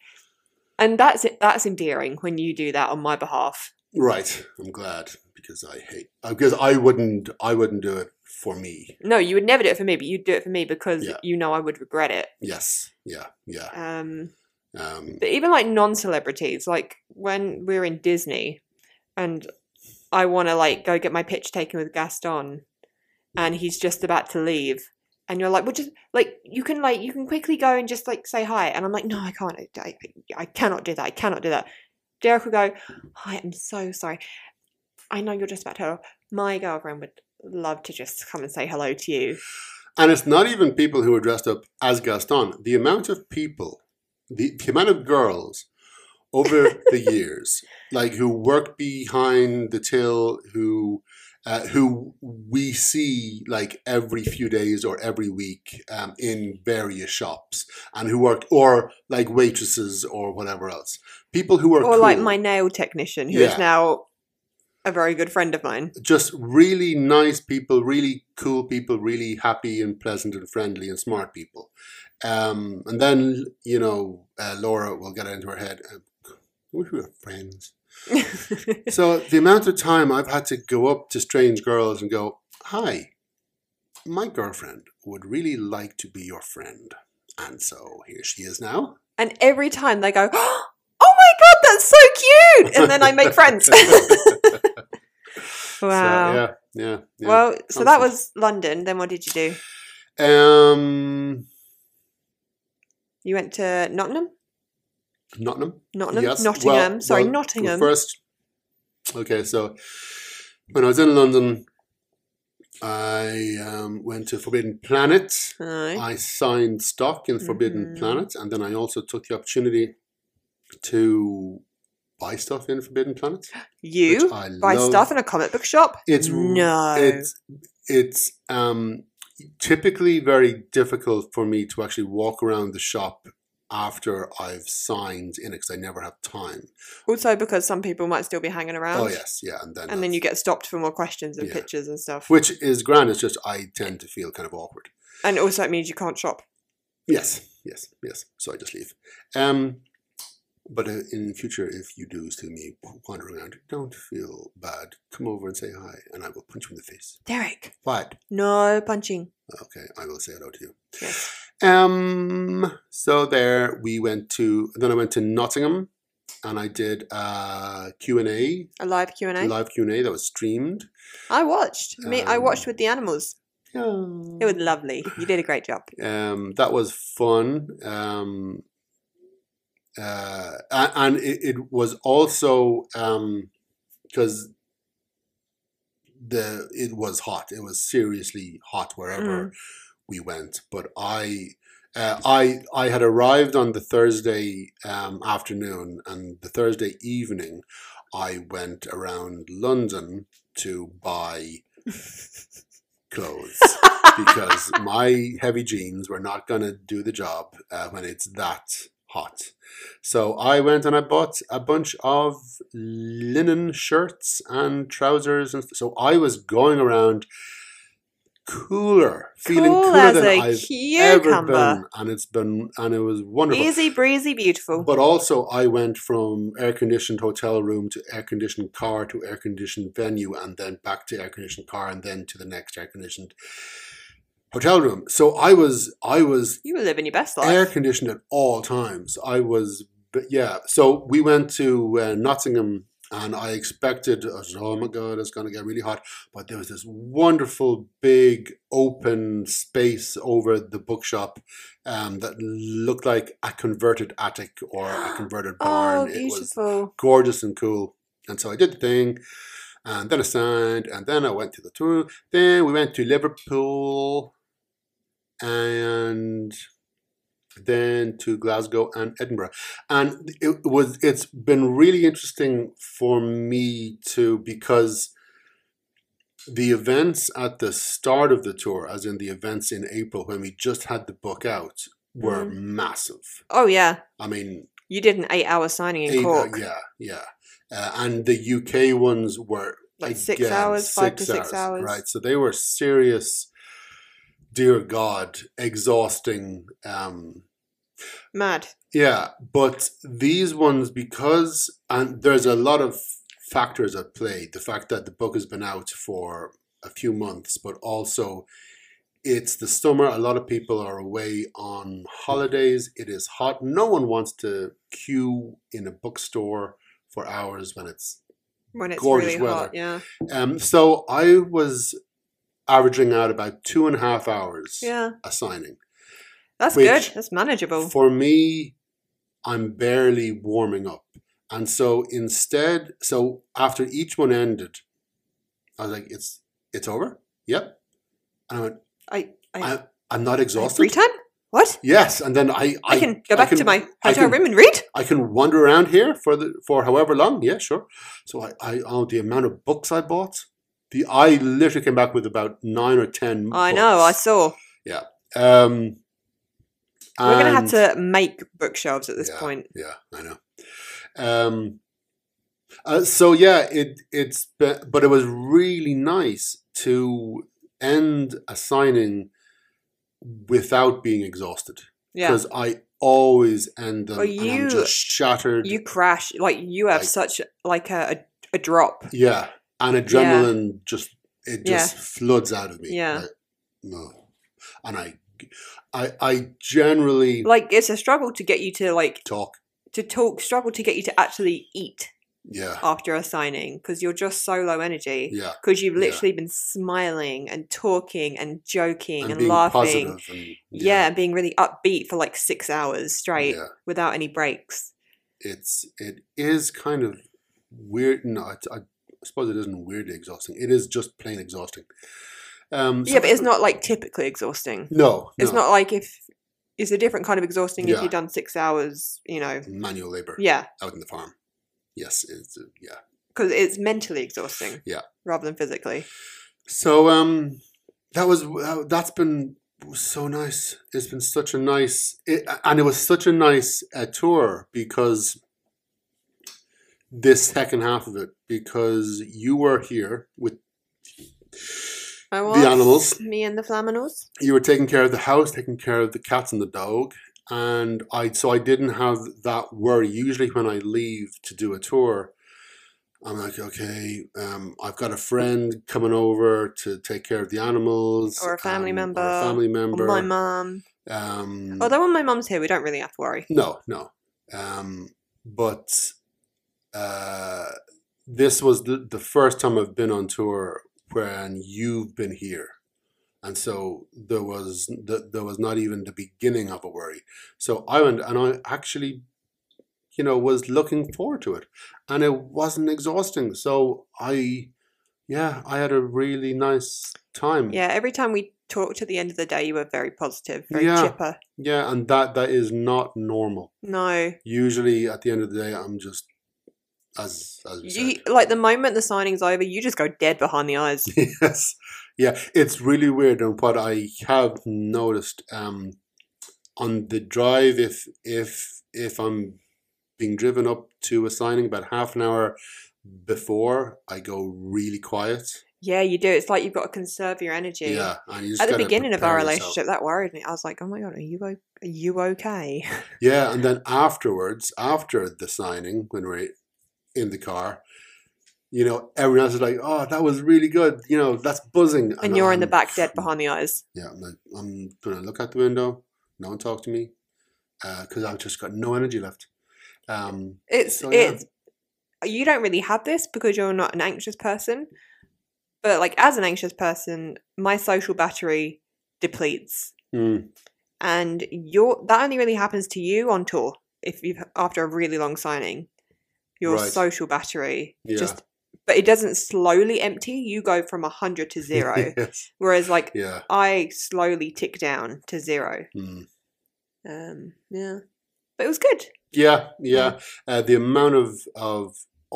Speaker 4: and that's that's endearing when you do that on my behalf
Speaker 3: Right, I'm glad because I hate uh, because I wouldn't I wouldn't do it for me.
Speaker 4: No, you would never do it for me, but you'd do it for me because
Speaker 3: Yeah.
Speaker 4: you know I would regret it.
Speaker 3: Yes, yeah, yeah.
Speaker 4: Um,
Speaker 3: Um,
Speaker 4: but even like non celebrities, like when we're in Disney and I want to like go get my picture taken with Gaston and he's just about to leave. And you're like, well, just like you can like you can quickly go and just like say hi, and I'm like, no, I can't, I, I, I cannot do that, I cannot do that. Derek will go, hi, I'm so sorry. I know you're just about to. hello. My girlfriend would love to just come and say hello to you.
Speaker 3: And it's not even people who are dressed up as Gaston. The amount of people, the, the amount of girls
Speaker 4: *laughs*
Speaker 3: over the years, like who work behind the till, who uh, who we see like every few days or every week um, in various shops and who work or like waitresses or whatever else. People who are
Speaker 4: or like
Speaker 3: cool.
Speaker 4: my nail technician, who is
Speaker 3: Yeah.
Speaker 4: now a very good friend of mine. *laughs*
Speaker 3: just really nice people, really cool people, really happy and pleasant and friendly and smart people. Um, and then you know uh, Laura will get it into her head. uh, I wish we were
Speaker 4: *laughs*
Speaker 3: friends. so the amount of time I've had to go up to strange girls and go, "Hi, my girlfriend would really like to be your friend," and so here she is now.
Speaker 4: and every time they go, *gasps* "Oh my god, that's so cute!" and then I make
Speaker 3: *laughs*
Speaker 4: friends. *laughs* wow.
Speaker 3: So, yeah, yeah, yeah.
Speaker 4: Well, so that
Speaker 3: Awesome.
Speaker 4: was London. Then what did you do?
Speaker 3: um,
Speaker 4: You went to Nottingham,
Speaker 3: Nottingham.
Speaker 4: Nottingham,
Speaker 3: Yes,
Speaker 4: Oh,
Speaker 3: well-
Speaker 4: Nottingham. Sorry,
Speaker 3: well,
Speaker 4: Nottingham.
Speaker 3: First, okay, so when I was in London, I um, went to Forbidden Planet.
Speaker 4: Aye.
Speaker 3: I signed stock in Forbidden
Speaker 4: Mhm.
Speaker 3: Planet, and then I also took the opportunity to buy stuff in Forbidden Planet.
Speaker 4: you
Speaker 3: which I
Speaker 4: buy
Speaker 3: love.
Speaker 4: stuff in a comic book shop.
Speaker 3: It's
Speaker 4: no.
Speaker 3: It's it's um, typically very difficult for me to actually walk around the shop after I've signed in it because I never have time.
Speaker 4: also because some people might still be hanging around.
Speaker 3: Oh yes, yeah, and then
Speaker 4: And
Speaker 3: that's-
Speaker 4: then you get stopped for more questions and
Speaker 3: Yeah.
Speaker 4: pictures and stuff.
Speaker 3: which is grand. It's just I tend to feel kind of awkward.
Speaker 4: and also it means you can't shop.
Speaker 3: Yes, yes, yes. So I just leave. Um, but uh, in the future, if you do see me wandering around, don't feel bad. Come over and say hi, and I will punch you in the face.
Speaker 4: Derek,
Speaker 3: But
Speaker 4: no punching.
Speaker 3: okay, I will say hello to you.
Speaker 4: Yes.
Speaker 3: Um, so there we went to. Then I went to Nottingham, and I did uh Q and A
Speaker 4: A live Q&A.
Speaker 3: live Q and A that was streamed.
Speaker 4: I watched. Me, I
Speaker 3: Um,
Speaker 4: watched with the animals. It was lovely. You did a great job.
Speaker 3: um, that was fun um, uh, a- and it, it was also um, because the it was hot it was seriously hot wherever we went but i uh, I I had arrived on the Thursday um, afternoon, and the Thursday evening, I went around London to buy clothes
Speaker 4: *laughs*
Speaker 3: because my heavy jeans were not going to do the job uh, when it's that hot. So I went and I bought a bunch of linen shirts and trousers, and so I was going around cooler, feeling
Speaker 4: cool
Speaker 3: cooler
Speaker 4: as
Speaker 3: than
Speaker 4: a
Speaker 3: I've ever
Speaker 4: cucumber.
Speaker 3: been, and it's been and it was wonderful.
Speaker 4: Easy breezy, beautiful.
Speaker 3: But also, I went from air conditioned hotel room to air conditioned car to air conditioned venue and then back to air conditioned car and then to the next air conditioned hotel room. So I was, I was
Speaker 4: you were living your best
Speaker 3: air
Speaker 4: life.
Speaker 3: conditioned at all times. I was, but yeah. So we went to uh, Nottingham and I expected, I was, oh my God, it's going to get really hot. But there was this wonderful big open space over the bookshop um, that looked like a converted attic or
Speaker 4: *gasps*
Speaker 3: a converted
Speaker 4: Oh,
Speaker 3: barn. it was
Speaker 4: beautiful.
Speaker 3: gorgeous and cool. And so I did the thing. And then I signed, and then I went to the tour. Then we went to Liverpool, and then to Glasgow and Edinburgh. And it was it's been really interesting for me to because the events at the start of the tour, as in the events in April when we just had the book out, were massive.
Speaker 4: Oh, yeah.
Speaker 3: I mean,
Speaker 4: You did an eight hour signing in
Speaker 3: Eight, uh,
Speaker 4: Cork.
Speaker 3: yeah, yeah. Uh, and the UK ones were
Speaker 4: Like six hours, five to six hours.
Speaker 3: Right. So they were serious, dear God, exhausting. Um,
Speaker 4: Mad.
Speaker 3: yeah. But these ones, because, and there's a lot of factors at play the fact that the book has been out for a few months, but also. It's the summer. A lot of people are away on holidays. It is hot. No one wants to queue in a bookstore for hours when it's
Speaker 4: When it's
Speaker 3: Gorgeous
Speaker 4: really hot.
Speaker 3: weather.
Speaker 4: Yeah.
Speaker 3: um, so I was averaging out about two and a half hours
Speaker 4: Yeah.
Speaker 3: a signing.
Speaker 4: That's
Speaker 3: Which-
Speaker 4: good. That's manageable.
Speaker 3: For me, I'm barely warming up. And so instead, so after each one ended, I was like, it's it's over? Yep. And I went,
Speaker 4: I, I,
Speaker 3: I, I'm not exhausted.
Speaker 4: free time? What?
Speaker 3: Yes. And then I
Speaker 4: I, can go back to my
Speaker 3: I
Speaker 4: hotel
Speaker 3: can-
Speaker 4: room and read?
Speaker 3: I can wander around here for the for however long. Yeah, sure. So I, I oh the amount of books I bought. The I literally came back with about nine or ten.
Speaker 4: I know, I
Speaker 3: books.
Speaker 4: saw.
Speaker 3: Um,
Speaker 4: We're going to have
Speaker 3: and-
Speaker 4: to make bookshelves at this
Speaker 3: Yeah.
Speaker 4: point.
Speaker 3: Yeah, I know. Um, uh, so yeah, it it's be- but it was really nice to end a signing without being exhausted
Speaker 4: Yeah.
Speaker 3: because I always end them
Speaker 4: Well,
Speaker 3: and I'm
Speaker 4: you-
Speaker 3: just shattered.
Speaker 4: You crash. Like, you have
Speaker 3: Like-
Speaker 4: such like a, a, a drop.
Speaker 3: yeah, and adrenaline just it
Speaker 4: Yeah.
Speaker 3: just floods out of me.
Speaker 4: Yeah.
Speaker 3: Like, no, and I I I generally
Speaker 4: Like, it's a struggle to get you to, like,
Speaker 3: talk.
Speaker 4: to talk, struggle to get you to actually eat
Speaker 3: Yeah,
Speaker 4: after a signing because you're just so low energy.
Speaker 3: yeah,
Speaker 4: Because you've
Speaker 3: Yeah.
Speaker 4: literally been smiling and talking and joking and,
Speaker 3: and being
Speaker 4: laughing.
Speaker 3: positive and
Speaker 4: yeah. and being really upbeat for like six hours straight
Speaker 3: Yeah.
Speaker 4: without any breaks.
Speaker 3: it's it is kind of weird. No, it's, I suppose it isn't weirdly exhausting. It is just plain exhausting. Um,
Speaker 4: yeah, but it's not like typically exhausting.
Speaker 3: No,
Speaker 4: It's
Speaker 3: no.
Speaker 4: not like if it's a different kind of exhausting if
Speaker 3: Yeah.
Speaker 4: you've done six hours, you know.
Speaker 3: manual labor
Speaker 4: Yeah,
Speaker 3: out in the farm. Yes, it's uh, yeah.
Speaker 4: because it's mentally exhausting.
Speaker 3: Yeah.
Speaker 4: rather than physically.
Speaker 3: So um, that was uh, that's been so nice. It's been such a nice, it, and it was such a nice uh, tour because this second half of it because you were here with
Speaker 4: I was
Speaker 3: The animals.
Speaker 4: me and the flaminals.
Speaker 3: you were taking care of the house, taking care of the cats and the dog, and I so I didn't have that worry. Usually, when I leave to do a tour, I'm like, okay, um, I've got a friend coming over to take care of the animals,
Speaker 4: Or a family
Speaker 3: um,
Speaker 4: member,
Speaker 3: or a family member.
Speaker 4: Or my mum.
Speaker 3: um,
Speaker 4: Although when my mum's here, we don't really have to worry.
Speaker 3: no, no, um, but uh, this was the, the first time I've been on tour when you've been here, and so there was th- there was not even the beginning of a worry. So I went and I actually, you know, was looking forward to it, and it wasn't exhausting. So I, yeah, I had a really nice time.
Speaker 4: Yeah, every time we talked at the end of the day, you were very positive, very
Speaker 3: Yeah.
Speaker 4: chipper.
Speaker 3: yeah, and that that is not normal.
Speaker 4: No,
Speaker 3: Usually at the end of the day, I'm just as as we
Speaker 4: you,
Speaker 3: said.
Speaker 4: like the moment the signing's over, you just go dead behind the eyes.
Speaker 3: *laughs* Mm. yes yeah it's really weird and what i have noticed um on the drive if if if i'm being driven up to a signing about half an hour before i go really quiet
Speaker 4: Yeah, you do. It's like you've got to conserve your energy.
Speaker 3: yeah and you just
Speaker 4: At the
Speaker 3: gotta
Speaker 4: beginning of our
Speaker 3: prepare yourself.
Speaker 4: relationship, that worried me. I was like, "Oh my god, are you o- are you okay?"
Speaker 3: yeah and then afterwards after the signing when we're in the car you know everyone else is like oh that was really good you know that's buzzing
Speaker 4: And you're in the
Speaker 3: I'm-
Speaker 4: back, dead behind the eyes.
Speaker 3: Yeah, I'm like, I'm gonna look out the window. No one talk to me because I've just got no energy left. Um,
Speaker 4: It's
Speaker 3: So, yeah.
Speaker 4: it's you don't really have this because you're not an anxious person, but like as an anxious person, my social battery depletes,
Speaker 3: mm,
Speaker 4: and your that only really happens to you on tour if you have after a really long signing, your
Speaker 3: Right.
Speaker 4: social battery
Speaker 3: Yeah.
Speaker 4: just. But it doesn't slowly empty. You go from hundred
Speaker 3: *laughs*
Speaker 4: to zero,
Speaker 3: yes.
Speaker 4: whereas like
Speaker 3: Yeah.
Speaker 4: I slowly tick down to zero.
Speaker 3: mm.
Speaker 4: Um, yeah, but it was good.
Speaker 3: Yeah. Yeah.
Speaker 4: Mm.
Speaker 3: Uh, the amount of of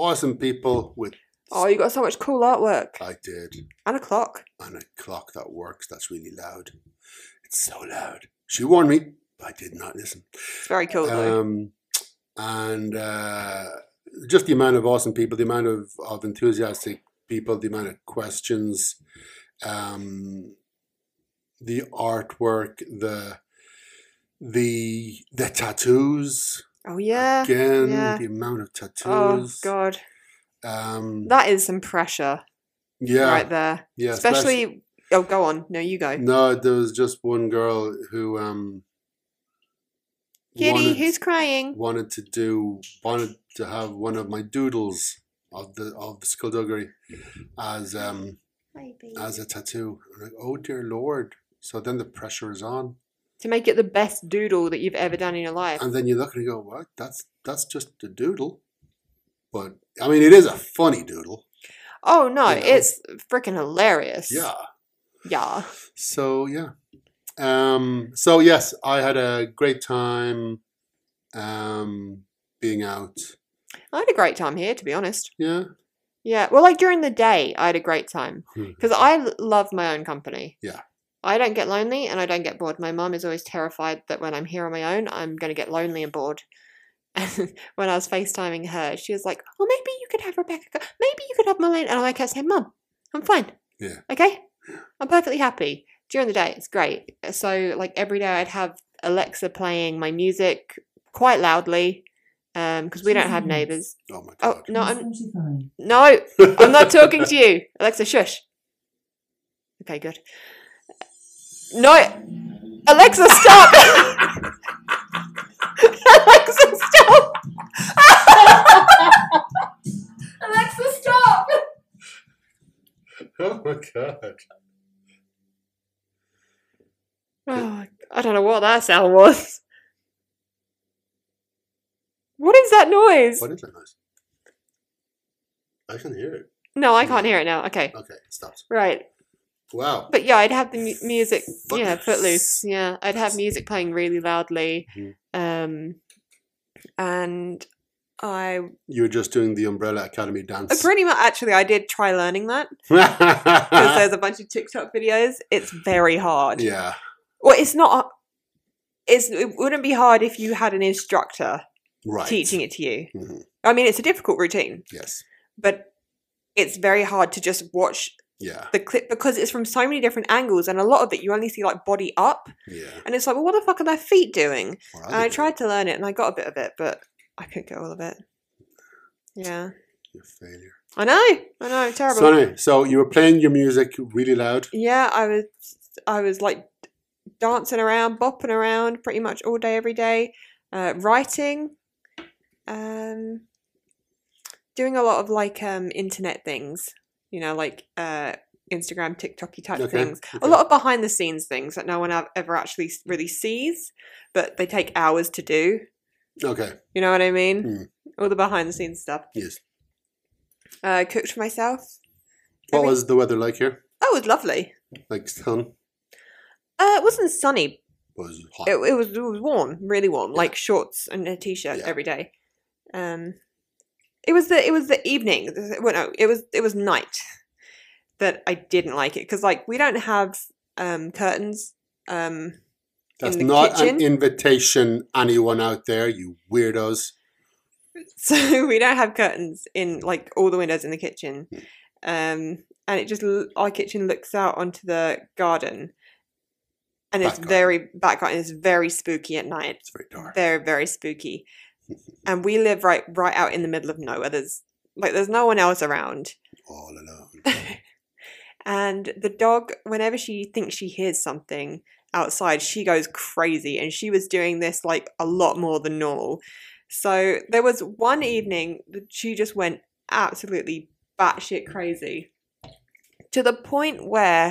Speaker 3: awesome people with
Speaker 4: Oh, you got so much cool artwork
Speaker 3: I did
Speaker 4: and a clock.
Speaker 3: on a clock that works. That's really loud. It's so loud. She warned me. but I did not listen.
Speaker 4: It's very cool though.
Speaker 3: Um, and uh, just the amount of awesome people, the amount of, of enthusiastic people, the amount of questions, um, the artwork, the the the tattoos
Speaker 4: Oh yeah.
Speaker 3: again,
Speaker 4: yeah.
Speaker 3: the amount of
Speaker 4: Oh
Speaker 3: tattoos.
Speaker 4: god,
Speaker 3: Um,
Speaker 4: that is some pressure
Speaker 3: yeah,
Speaker 4: right there.
Speaker 3: yeah,
Speaker 4: especially, Oh, go on. No, you go.
Speaker 3: No, there was just one girl who um,
Speaker 4: Kitty,
Speaker 3: wanted-
Speaker 4: who's crying?
Speaker 3: wanted to do wanted to have one of my doodles of the of the skullduggery as um as a tattoo. I'm like, oh dear lord. So then the pressure is on.
Speaker 4: To make it the best doodle that you've ever done in your life.
Speaker 3: And then you look and you go, What? That's that's just a doodle. But I mean it is a funny doodle.
Speaker 4: oh no,
Speaker 3: you know.
Speaker 4: it's freaking hilarious.
Speaker 3: Yeah.
Speaker 4: Yeah.
Speaker 3: So yeah. Um so yes, I had a great time um being out.
Speaker 4: I had a great time here, to be honest.
Speaker 3: Yeah.
Speaker 4: Yeah. Well, like during the day, I had a great time
Speaker 3: Hmm.
Speaker 4: because I l- love my own company.
Speaker 3: Yeah.
Speaker 4: I don't get lonely and I don't get bored. My mum is always terrified that when I'm here on my own, I'm going to get lonely and bored. *laughs* And when I was FaceTiming her, she was like, "Oh, maybe you could have Rebecca. go- Maybe you could have Marlene." And I'm like, "I said, Mum, I'm fine.
Speaker 3: Yeah.
Speaker 4: Okay. I'm perfectly happy during the day. It's great. So like every day, I'd have Alexa playing my music quite loudly because we don't have
Speaker 5: Jeez.
Speaker 4: neighbors.
Speaker 3: Oh my
Speaker 4: Oh
Speaker 3: god.
Speaker 4: no, I'm
Speaker 5: Spotify.
Speaker 4: no. I'm not talking to you. Alexa, shush. Okay, good. No. Alexa, stop! *laughs* Alexa, stop!
Speaker 5: Alexa, stop!
Speaker 3: *laughs* Oh my god.
Speaker 4: Oh, I don't know what that sound was. What is that noise?
Speaker 3: What is that noise? I can hear it.
Speaker 4: No, I can't hear it now. Okay,
Speaker 3: Okay, it stopped.
Speaker 4: right.
Speaker 3: Wow.
Speaker 4: But yeah, I'd have the mu- music.
Speaker 3: Foot-
Speaker 4: Yeah, Footloose. Yeah, I'd have music playing really loudly.
Speaker 3: Mhm.
Speaker 4: Um, and I
Speaker 3: You were just doing the Umbrella Academy
Speaker 4: Uh,
Speaker 3: dance.
Speaker 4: Pretty much, actually, I did try learning that because
Speaker 3: *laughs* yeah.
Speaker 4: there's a bunch of TikTok videos. It's very hard. Well, it's not. It's it wouldn't be hard if you had an instructor
Speaker 3: Right.
Speaker 4: teaching it to you.
Speaker 3: Mhm.
Speaker 4: I mean, it's a difficult routine,
Speaker 3: Yes.
Speaker 4: but it's very hard to just watch
Speaker 3: Yeah.
Speaker 4: the clip because it's from so many different angles, and a lot of it you only see like body up,
Speaker 3: Yeah.
Speaker 4: and it's like, well, what the fuck are their feet doing?
Speaker 3: Well,
Speaker 4: And I
Speaker 3: didn't know.
Speaker 4: tried to learn it, and I got a bit of it, but I couldn't get all of it. Yeah,
Speaker 3: You're a failure.
Speaker 4: I know, I know, terrible.
Speaker 3: So, anyway, so you were playing your music really loud.
Speaker 4: yeah i was i was like dancing around bopping around pretty much all day every day uh, writing um doing a lot of like um internet things you know like uh instagram tiktoky type
Speaker 3: Okay,
Speaker 4: things
Speaker 3: okay.
Speaker 4: a lot of behind the scenes things that no one ev- ever actually s- really sees but they take hours to do
Speaker 3: Okay.
Speaker 4: you know what i mean
Speaker 3: Hmm.
Speaker 4: all the behind the scenes stuff
Speaker 3: Yes.
Speaker 4: uh cooked for myself
Speaker 3: What
Speaker 4: Every-
Speaker 3: was the weather like here?
Speaker 4: oh it was lovely
Speaker 3: Like sun?
Speaker 4: uh it wasn't sunny
Speaker 3: Was it hot?
Speaker 4: it, it was it was warm, really warm,
Speaker 3: Yeah.
Speaker 4: like shorts and a t-shirt
Speaker 3: Yeah.
Speaker 4: every day. Um, it was the it was the evening. Well, no, it was it was night that I didn't like it because like we don't have um curtains. Um, *laughs*
Speaker 3: That's
Speaker 4: in the
Speaker 3: not an
Speaker 4: kitchen?
Speaker 3: invitation, anyone out there, you weirdos.
Speaker 4: so we don't have curtains in like all the windows in the kitchen
Speaker 3: Hmm.
Speaker 4: um and it just l- our kitchen looks out onto the garden and
Speaker 3: Back
Speaker 4: it's
Speaker 3: garden.
Speaker 4: very back garden is very spooky at night
Speaker 3: It's very dark.
Speaker 4: very very spooky and we live right right out in the middle of nowhere there's like there's no one else around
Speaker 3: All
Speaker 4: *laughs*
Speaker 3: alone.
Speaker 4: and the dog, whenever she thinks she hears something outside, she goes crazy. And she was doing this like a lot more than normal. So there was one evening that she just went absolutely batshit crazy to the point where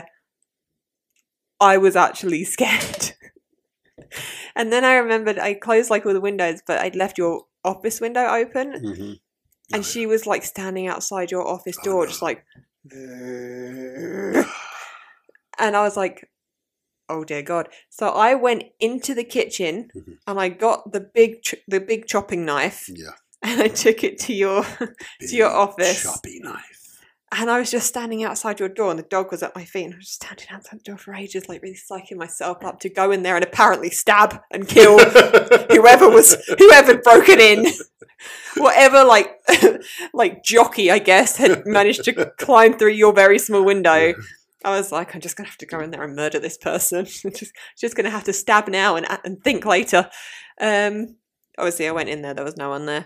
Speaker 4: I was actually *laughs* scared. and then I remembered I closed like all the windows, but I'd left your office window open.
Speaker 3: hmm
Speaker 4: And she was like standing outside your office
Speaker 3: Oh,
Speaker 4: door,
Speaker 3: no.
Speaker 4: just like. Eh, And I was like, oh dear God. So I went into the kitchen
Speaker 3: Mhm.
Speaker 4: and I got the big, ch- the big chopping knife
Speaker 3: Yeah.
Speaker 4: *laughs* and I took it to your, *laughs* to your
Speaker 3: Mm. Big
Speaker 4: office.
Speaker 3: Choppy knife.
Speaker 4: And I was just standing outside your door and the dog was at my feet and I was just standing outside the door for ages, like really psyching myself up to go in there and apparently stab and kill Oh,
Speaker 3: *laughs*
Speaker 4: whoever was whoever broke it in whatever like *laughs* like jockey i guess had managed to climb through your very small window i was like i'm just gonna have to go in there and murder this person *laughs* just just gonna have to stab now and, and think later um obviously i went in there there was no one there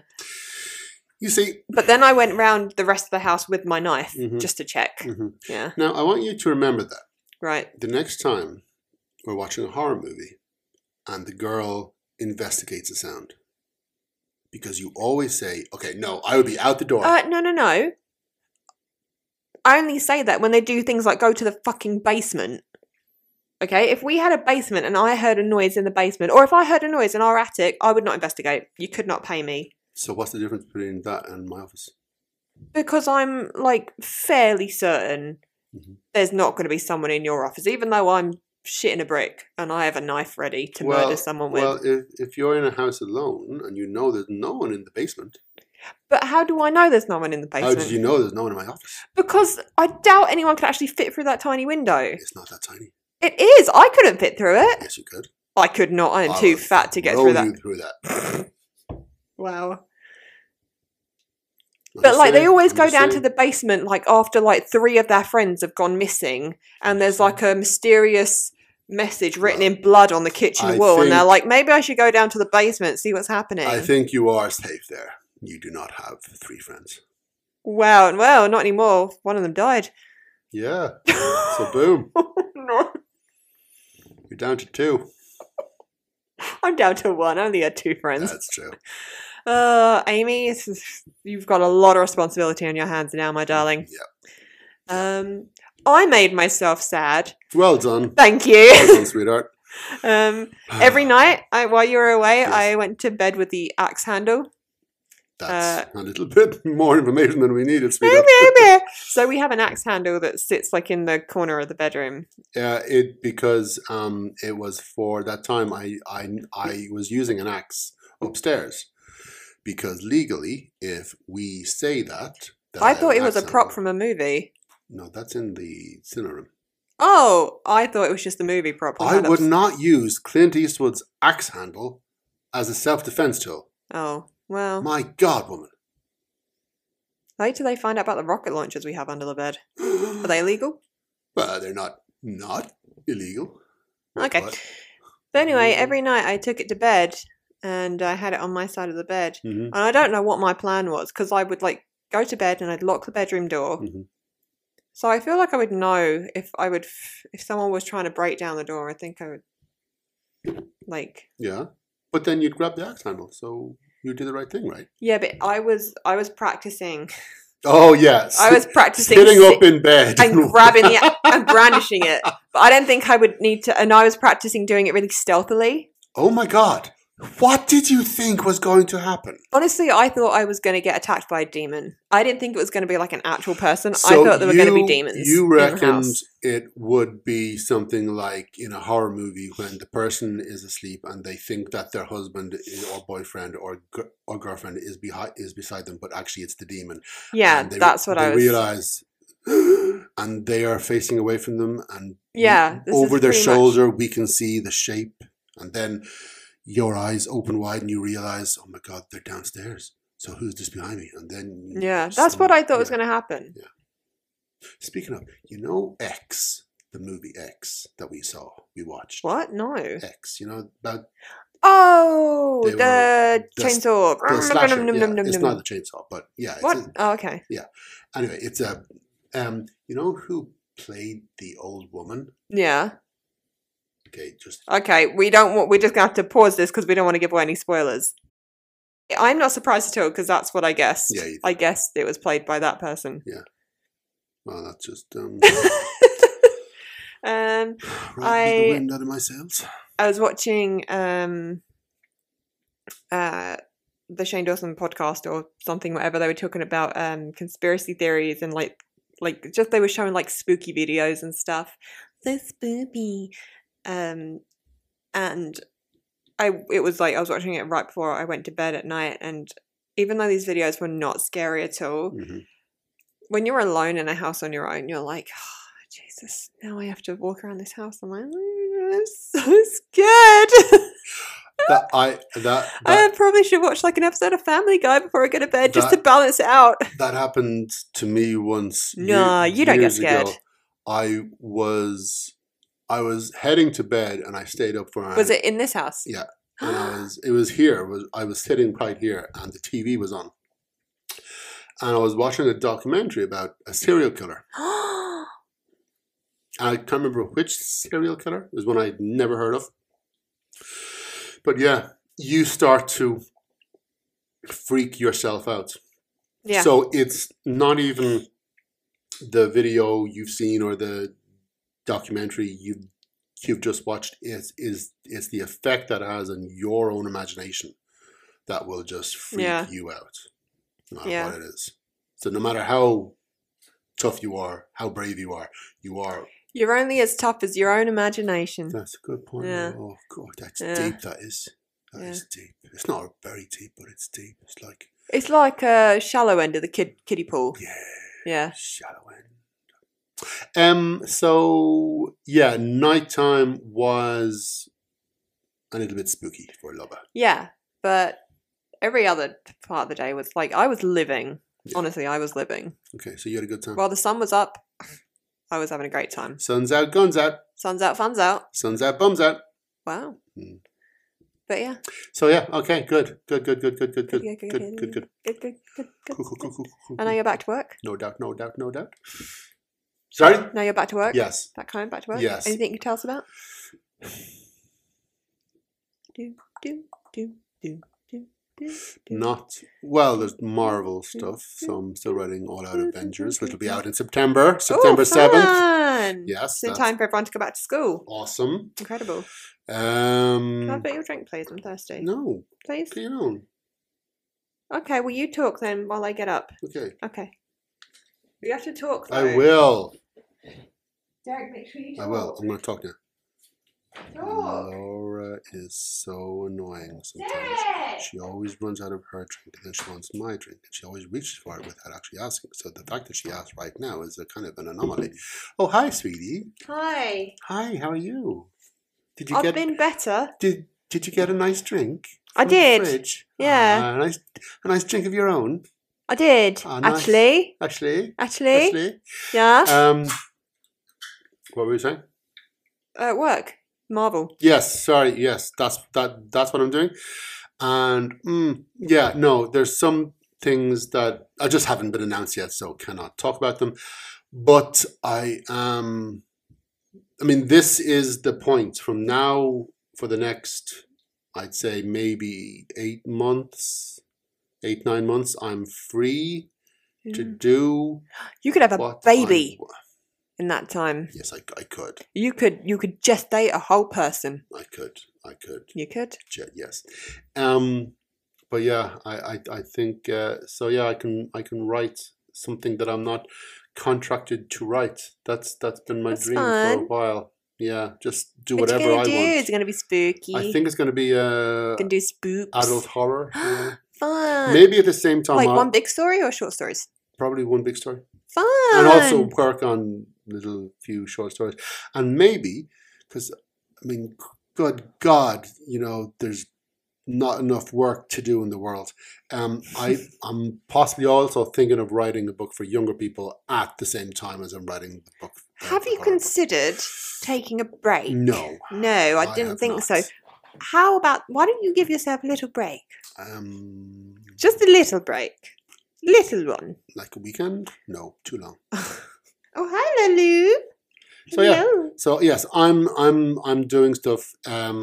Speaker 3: You see,
Speaker 4: but then i went round the rest of the house with my knife
Speaker 3: Mhm.
Speaker 4: just to check
Speaker 3: mhm.
Speaker 4: yeah
Speaker 3: now I want you to remember that.
Speaker 4: right
Speaker 3: the next time we're watching a horror movie and the girl investigates a sound because you always say okay no i would be out the door
Speaker 4: uh no no no I only say that when they do things like go to the fucking basement. Okay, if we had a basement and I heard a noise in the basement, or if I heard a noise in our attic, I would not investigate. You could not pay me
Speaker 3: so what's the difference between that and my office
Speaker 4: because I'm like fairly certain
Speaker 3: Mhm.
Speaker 4: there's not going to be someone in your office, even though I'm shitting a brick and I have a knife ready to murder someone with.
Speaker 3: well if, if you're in a house alone and you know there's no one in the basement
Speaker 4: But how do I know there's no one in the
Speaker 3: How
Speaker 4: basement?
Speaker 3: did you know there's no one in my office?
Speaker 4: Because I doubt anyone could actually fit through that tiny window.
Speaker 3: It's not that tiny.
Speaker 4: It is. I couldn't fit through it.
Speaker 3: Yes, you could.
Speaker 4: I could not. I'm
Speaker 3: I
Speaker 4: too
Speaker 3: would
Speaker 4: fat to get
Speaker 3: Roll
Speaker 4: through that.
Speaker 3: you through that.
Speaker 4: Wow.
Speaker 3: I'm
Speaker 4: But
Speaker 3: just
Speaker 4: like they
Speaker 3: saying,
Speaker 4: always
Speaker 3: I'm
Speaker 4: go
Speaker 3: just
Speaker 4: down to
Speaker 3: saying.
Speaker 4: the basement like after like three of their friends have gone missing and there's like a mysterious message written in blood on the kitchen
Speaker 3: I
Speaker 4: wall and they're
Speaker 3: think-
Speaker 4: like maybe I should go down to the basement and see what's happening.
Speaker 3: I think you are safe there. You do not have three friends.
Speaker 4: wow, well, not anymore. One of them died.
Speaker 3: Yeah. So boom,
Speaker 4: *laughs* no,
Speaker 3: you're down to two.
Speaker 4: I'm down to one. I only had two friends.
Speaker 3: That's true.
Speaker 4: Uh, Amy, this is- you've got a lot of responsibility on your hands now, my darling.
Speaker 3: Yeah.
Speaker 4: Um, I made myself sad. *laughs*
Speaker 3: Well done.
Speaker 4: Thank
Speaker 3: Well
Speaker 4: you.
Speaker 3: done, sweetheart. *sighs*
Speaker 4: um, every night I, while you were away,
Speaker 3: Yes.
Speaker 4: I went to bed with the axe
Speaker 3: *laughs*
Speaker 4: handle.
Speaker 3: That's
Speaker 4: uh,
Speaker 3: a little *laughs* bit more information than we needed, sweetheart. *laughs*
Speaker 4: so we have an axe handle that sits like in the corner of the bedroom.
Speaker 3: Uh, it because um it was for that time I I I was using an axe upstairs because legally if we say that, that
Speaker 4: I
Speaker 3: have
Speaker 4: thought
Speaker 3: an
Speaker 4: it was a
Speaker 3: axe on
Speaker 4: prop
Speaker 3: me-
Speaker 4: from a movie.
Speaker 3: no that's in the cinema room.
Speaker 4: Oh, I thought it was just the movie prop. we
Speaker 3: I
Speaker 4: had up-
Speaker 3: would not use Clint Eastwood's axe handle as a self defense tool.
Speaker 4: Oh, well.
Speaker 3: My God, woman!
Speaker 4: Later they find out about the rocket launchers we have under the bed. Are
Speaker 3: Well,
Speaker 4: they illegal?
Speaker 3: they're not not illegal.
Speaker 4: Okay.
Speaker 3: But-
Speaker 4: But anyway,
Speaker 3: Mhm.
Speaker 4: every night I took it to bed and I had it on my side of the bed.
Speaker 3: Mhm.
Speaker 4: And I don't know what my plan was because I would like go to bed and I'd lock the bedroom door.
Speaker 3: Mhm.
Speaker 4: So I feel like I would know if I would, f- if someone was trying to break down the door, I think I would like,
Speaker 3: Yeah, but then you'd grab the axe handle, so you did the right thing, right?
Speaker 4: yeah, but I was, I was practicing.
Speaker 3: Oh yes, *laughs*
Speaker 4: I was practicing
Speaker 3: sitting
Speaker 4: sit-
Speaker 3: up in
Speaker 4: *laughs*
Speaker 3: bed
Speaker 4: and grabbing the, and brandishing it. But I don't think I would need to, and I was practicing doing it really stealthily.
Speaker 3: *laughs* Oh my god. What did you think was going to happen?
Speaker 4: Honestly, I thought I was going to get attacked by a demon. I didn't think it was going to be like an actual person.
Speaker 3: So
Speaker 4: I thought there were going to be
Speaker 3: you-
Speaker 4: demons.
Speaker 3: You
Speaker 4: in the
Speaker 3: reckoned
Speaker 4: house.
Speaker 3: it would be something like in a horror movie when the person is asleep and they think that their husband is, or boyfriend or gir- or girlfriend is behind is beside them, but actually it's the demon.
Speaker 4: Yeah,
Speaker 3: And they re-
Speaker 4: that's what
Speaker 3: they
Speaker 4: I was.
Speaker 3: realize. *gasps* And they are facing away from them, and
Speaker 4: Yeah, this is
Speaker 3: over their
Speaker 4: pretty much-
Speaker 3: shoulder we can see the shape, and then your eyes open wide and you realize, oh my god, they're downstairs. So who's just behind me? And then
Speaker 4: Yeah, that's what I thought was
Speaker 3: to.
Speaker 4: going to happen.
Speaker 3: Speaking of, you know X, the movie X that we saw, we watched.
Speaker 4: What? No.
Speaker 3: X, you know about
Speaker 4: Oh,
Speaker 3: They
Speaker 4: the,
Speaker 3: were- the s-
Speaker 4: chainsaw.
Speaker 3: the slasher.
Speaker 4: Nom, nom,
Speaker 3: yeah,
Speaker 4: nom, nom,
Speaker 3: it's
Speaker 4: nom.
Speaker 3: not the chainsaw, but yeah. It's
Speaker 4: What?
Speaker 3: a-
Speaker 4: Oh, okay.
Speaker 3: anyway, it's a um. You know who played the old woman?
Speaker 4: Yeah.
Speaker 3: Okay, just
Speaker 4: Okay. We don't want. We're just going to have to pause this because we don't want to give away any spoilers. I'm not surprised at all because that's what I guessed.
Speaker 3: Yeah, you
Speaker 4: I guessed it was played by that person. *laughs*
Speaker 3: well, that's just um.
Speaker 4: Um,
Speaker 3: right, I the
Speaker 4: I-
Speaker 3: wind out of my sails.
Speaker 4: I was watching um uh the Shane Dawson podcast or something, whatever they were talking about um conspiracy theories and like like just they were showing like spooky videos and stuff. So spooky. Um and I it was like I was watching it right before I went to bed at night and even though these videos were not scary at all,
Speaker 3: Mhm.
Speaker 4: when you're alone in a house on your own, you're like, oh, Jesus, now I have to walk around this house. I'm like, I'm so scared. *laughs*
Speaker 3: That I that
Speaker 4: I
Speaker 3: that,
Speaker 4: probably should watch like an episode of Family Guy before I go to bed just to
Speaker 3: That-
Speaker 4: balance it out.
Speaker 3: that happened to me once. ye-
Speaker 4: Nah, you don't get
Speaker 3: years ago.
Speaker 4: scared.
Speaker 3: I was I was heading to bed and I stayed up for an
Speaker 4: Was it in this house? *gasps*
Speaker 3: Yeah. Uh, and I was, it was here. Was I was sitting right here, and the TV was on, and I was watching a documentary about a serial killer. I can't remember which serial killer. It was one I'd never heard of. But yeah, you start to freak yourself out.
Speaker 4: yeah.
Speaker 3: So it's not even the video you've seen or the documentary you've you've just watched. It's is it's the effect that it has on your own imagination that will just freak
Speaker 4: Yeah.
Speaker 3: you out. No matter
Speaker 4: Yeah.
Speaker 3: what it is. So no matter how tough you are, how brave you are, you are
Speaker 4: You're only as tough as your own imagination.
Speaker 3: that's a good point.
Speaker 4: Yeah.
Speaker 3: Oh god, that's
Speaker 4: Yeah.
Speaker 3: deep that is. That is
Speaker 4: Yeah.
Speaker 3: deep. It's not very deep, but it's deep. It's like
Speaker 4: It's like a shallow end of the kid kiddie pool.
Speaker 3: Yeah.
Speaker 4: Yeah.
Speaker 3: Shadow End. Um. So yeah, nighttime was a little bit spooky for Loba.
Speaker 4: Yeah. But every other part of the day was like I was living.
Speaker 3: Yeah. Mm.
Speaker 4: Honestly, I was living.
Speaker 3: Okay, so you had a good time.
Speaker 4: While the sun was up, I was having a great time.
Speaker 3: Sun's out, guns out.
Speaker 4: Sun's out, fun's out.
Speaker 3: Sun's out, bums out.
Speaker 4: Wow.
Speaker 3: Mm.
Speaker 4: But yeah.
Speaker 3: So yeah, okay, good, good, good, good, good, good, good,
Speaker 4: Yeah,
Speaker 3: good, good, good, good.
Speaker 4: Good, good, good, good.
Speaker 3: Cool, cool, cool, cool, cool,
Speaker 4: And now
Speaker 3: cool.
Speaker 4: you're back to work?
Speaker 3: No doubt, no doubt, no doubt. Sorry.
Speaker 4: Now you're back to work?
Speaker 3: Yes.
Speaker 4: Back home, back to work?
Speaker 3: Yes.
Speaker 4: Anything you can tell us about? *laughs* Do, do, do, do, do, do.
Speaker 3: Not well. There's Marvel
Speaker 4: Mm-hmm.
Speaker 3: stuff, so I'm still writing All Out Avengers, which will be out in September, September seventh.
Speaker 4: seventh.
Speaker 3: Yes,
Speaker 4: It's in
Speaker 3: that's-
Speaker 4: Oh, time for everyone to go back to school.
Speaker 3: Awesome.
Speaker 4: Incredible. Can I
Speaker 3: Um,
Speaker 4: put your drink, please? I'm thirsty.
Speaker 3: no,
Speaker 4: Please?
Speaker 3: you know,
Speaker 4: Okay, well, you talk then while I get up.
Speaker 3: okay.
Speaker 4: Okay. You have to talk.
Speaker 3: I
Speaker 4: though.
Speaker 3: will.
Speaker 5: Derek, make sure you
Speaker 3: I will. I'm going to talk now.
Speaker 5: Talk.
Speaker 3: Laura is so annoying sometimes.
Speaker 5: Derek!
Speaker 3: She always runs out of her drink and then she wants my drink. And she always reaches for it without actually asking. So the fact that she asked right now is a kind of an anomaly. Oh, hi, sweetie.
Speaker 4: Hi.
Speaker 3: Hi, how are you? Did you
Speaker 4: I've
Speaker 3: get
Speaker 4: been better.
Speaker 3: did Did you get a nice drink?
Speaker 4: I
Speaker 3: from the
Speaker 4: did.
Speaker 3: fridge?
Speaker 4: Yeah.
Speaker 3: Ah, a nice a nice drink of your own,
Speaker 4: I did.
Speaker 3: Ah, nice.
Speaker 4: actually.
Speaker 3: Ashley.
Speaker 4: Actually.
Speaker 3: Ashley.
Speaker 4: Yeah.
Speaker 3: Um, what were you saying?
Speaker 4: At work. Marvel.
Speaker 3: Yes, sorry. Yes, that's that. That's what I'm doing. And mm, yeah, no, there's some things that I just haven't been announced yet, so cannot talk about them. But I am. I mean, this is the point from now for the next, I'd say maybe eight months, eight nine months. I'm free to do
Speaker 4: You could have a
Speaker 3: what I
Speaker 4: baby
Speaker 3: wa-
Speaker 4: in that time.
Speaker 3: yes, I, I could.
Speaker 4: You could you could gestate a whole person.
Speaker 3: I could. I could.
Speaker 4: You could.
Speaker 3: jet yes um but yeah i i, I think uh, so yeah i can i can write something that i'm not contracted to write that's that's been my
Speaker 4: That's
Speaker 3: dream for a
Speaker 4: fun.
Speaker 3: while yeah just do
Speaker 4: what you
Speaker 3: whatever
Speaker 4: gonna
Speaker 3: i
Speaker 4: do? It's
Speaker 3: want
Speaker 4: gonna be spooky.
Speaker 3: i think it's going to be uh
Speaker 4: you can do spooks.
Speaker 3: adult horror
Speaker 4: *gasps*
Speaker 3: you know.
Speaker 4: Fun.
Speaker 3: maybe at the same time
Speaker 4: like
Speaker 3: I'll-
Speaker 4: one big story or short stories.
Speaker 3: probably one big story
Speaker 4: Fun.
Speaker 3: and also work on little few short stories and maybe because i mean g- good god you know there's not enough work to do in the world um i
Speaker 4: *laughs*
Speaker 3: i'm possibly also thinking of writing a book for younger people at the same time as i'm writing the book uh,
Speaker 4: have
Speaker 3: the
Speaker 4: you
Speaker 3: horror book.
Speaker 4: considered taking a break?
Speaker 3: no
Speaker 4: No, Oh, I,
Speaker 3: have
Speaker 4: didn't think
Speaker 3: not.
Speaker 4: so. How about why don't you give yourself a little break?
Speaker 3: um
Speaker 4: Just a little break. Little one. *laughs*
Speaker 3: like a weekend no too long
Speaker 4: Oh hi Lulu.
Speaker 3: So, yeah. So yes, I'm I'm I'm doing stuff, um,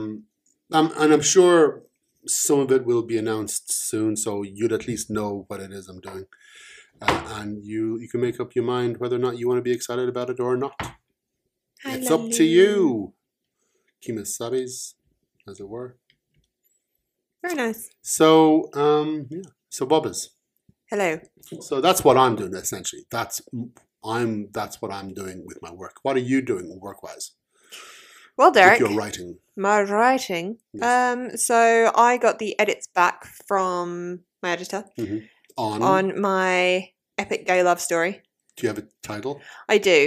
Speaker 3: um, and I'm sure some of it will be announced soon, so you'll at least know what it is I'm doing, uh, and you you can make up your mind whether or not you want to be excited about it or not.
Speaker 4: Hi,
Speaker 3: it's up to
Speaker 4: Lulu.
Speaker 3: you, Kimisabis, as it were.
Speaker 4: Very nice.
Speaker 3: So um, yeah, so Bobbers.
Speaker 4: Hello.
Speaker 3: So that's what I'm doing essentially. That's I'm that's what I'm doing with my work. What are you doing work wise?
Speaker 4: Well, Derek,
Speaker 3: With your writing.
Speaker 4: my writing.
Speaker 3: Yes.
Speaker 4: Um, so I got the edits back from my editor
Speaker 3: Mm-hmm.
Speaker 4: on my epic gay love story.
Speaker 3: Do you have a title?
Speaker 4: I do.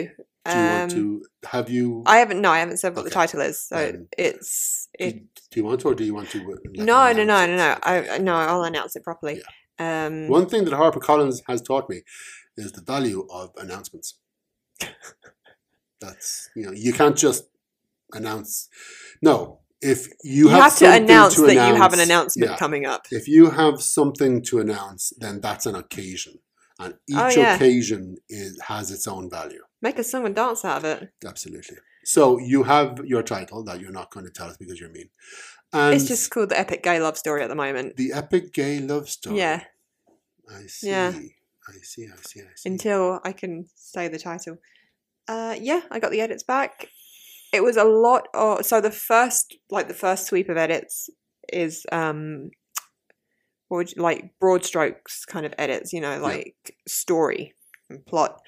Speaker 4: Um,
Speaker 3: Do you want to have you?
Speaker 4: I haven't. No, I haven't said what the
Speaker 3: Okay.
Speaker 4: title is. So
Speaker 3: Um,
Speaker 4: it's
Speaker 3: do,
Speaker 4: it.
Speaker 3: do you want to, or do you want to? uh, like,
Speaker 4: No, no, no,
Speaker 3: announce
Speaker 4: no,
Speaker 3: it?
Speaker 4: no. I
Speaker 3: Okay.
Speaker 4: I- no. I'll announce it properly. Um,
Speaker 3: One thing that HarperCollins has taught me is the value of announcements. That's you know you can't just announce. No, if you,
Speaker 4: you, have, to
Speaker 3: something
Speaker 4: announce that you have an
Speaker 3: announce-
Speaker 4: announcement
Speaker 3: yeah.
Speaker 4: coming up.
Speaker 3: If you have something to announce, then that's an occasion, and each
Speaker 4: Oh, yeah.
Speaker 3: occasion is, has its own value.
Speaker 4: Make a song and dance out of it.
Speaker 3: Absolutely. So you have your title that you're not going to tell us because you're mean. And
Speaker 4: it's just called the epic gay love story at the moment.
Speaker 3: the epic gay love story.
Speaker 4: Yeah.
Speaker 3: I see.
Speaker 4: Yeah.
Speaker 3: I see. I see. I see.
Speaker 4: until I can say the title. Uh, yeah, I got the edits back. It was a lot of so the first like the first sweep of edits is um what would you- like broad strokes kind of edits, you know, like story and plot.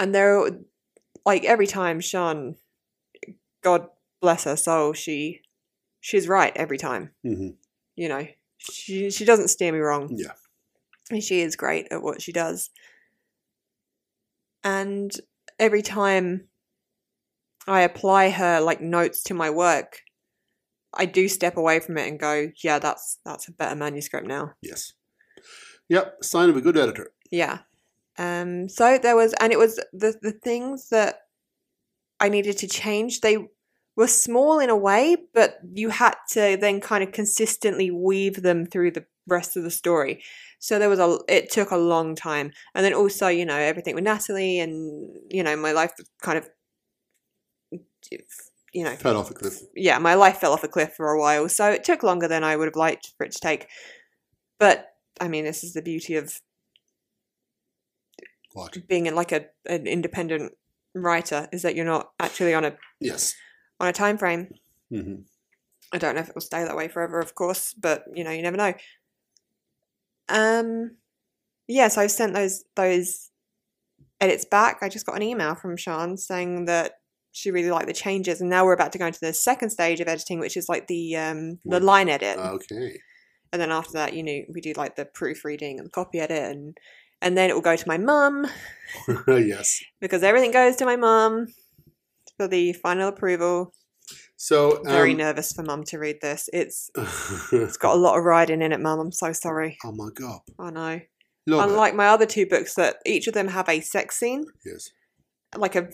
Speaker 4: And there like every time Sean God bless her soul, she she's right every time
Speaker 3: Mhm.
Speaker 4: you know She, she doesn't steer me wrong.
Speaker 3: Yeah.
Speaker 4: And she is great at what she does. And every time I apply her like notes to my work, I do step away from it and go, yeah, that's that's a better manuscript now.
Speaker 3: Yes. Yep. Sign of a good editor.
Speaker 4: Yeah. Um so there was and it was the the things that I needed to change, they were small in a way, but you had to then kind of consistently weave them through the rest of the story. So there was a it took a long time. And then also, you know, everything with Natalie and you know, my life kind of you know,
Speaker 3: Fell off a cliff.
Speaker 4: yeah, my life fell off a cliff for a while, so it took longer than I would have liked for it to take. But I mean, this is the beauty of
Speaker 3: What?
Speaker 4: being in like a an independent writer is that you're not actually on a
Speaker 3: Yes.
Speaker 4: on a time frame.
Speaker 3: hmm
Speaker 4: I don't know if it will stay that way forever, of course, but you know, you never know. Um, yeah, so I've sent those those edits back. I just got an email from Sean saying that she really liked the changes, and now we're about to go into the second stage of editing, which is like the um the
Speaker 3: Wonderful.
Speaker 4: line edit,
Speaker 3: Okay. *laughs*
Speaker 4: and then after that, you know, we do like the proofreading and the copy edit, and and then it will go to my mum
Speaker 3: yes.
Speaker 4: because everything goes to my mum for the final approval.
Speaker 3: So um,
Speaker 4: Very nervous for mum to read this. It's
Speaker 3: *laughs*
Speaker 4: It's got a lot of riding in it, Mum. I'm so sorry.
Speaker 3: oh my god.
Speaker 4: I know.
Speaker 3: Love it.
Speaker 4: Unlike my other two books, that each of them have a sex scene,
Speaker 3: Yes.
Speaker 4: like a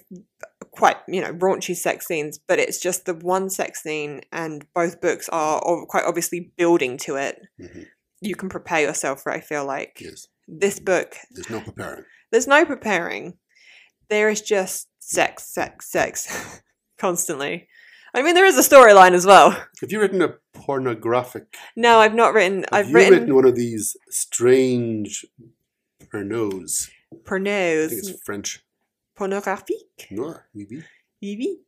Speaker 4: quite you know raunchy sex scenes, but it's just the one sex scene, and both books are o- quite obviously building to it.
Speaker 3: hmm
Speaker 4: You can prepare yourself for. It, I feel like
Speaker 3: Yes.
Speaker 4: this book,
Speaker 3: There's no preparing.
Speaker 4: there's no preparing. There is just sex, sex, sex, *laughs* constantly. I mean, there is a storyline as well.
Speaker 3: Have you written a pornographic?
Speaker 4: No, I've not written.
Speaker 3: Have
Speaker 4: I've
Speaker 3: you written...
Speaker 4: written,
Speaker 3: one of these strange pornos? I think
Speaker 4: pornos,
Speaker 3: it's French.
Speaker 4: pornographique.
Speaker 3: No, maybe.
Speaker 4: Maybe.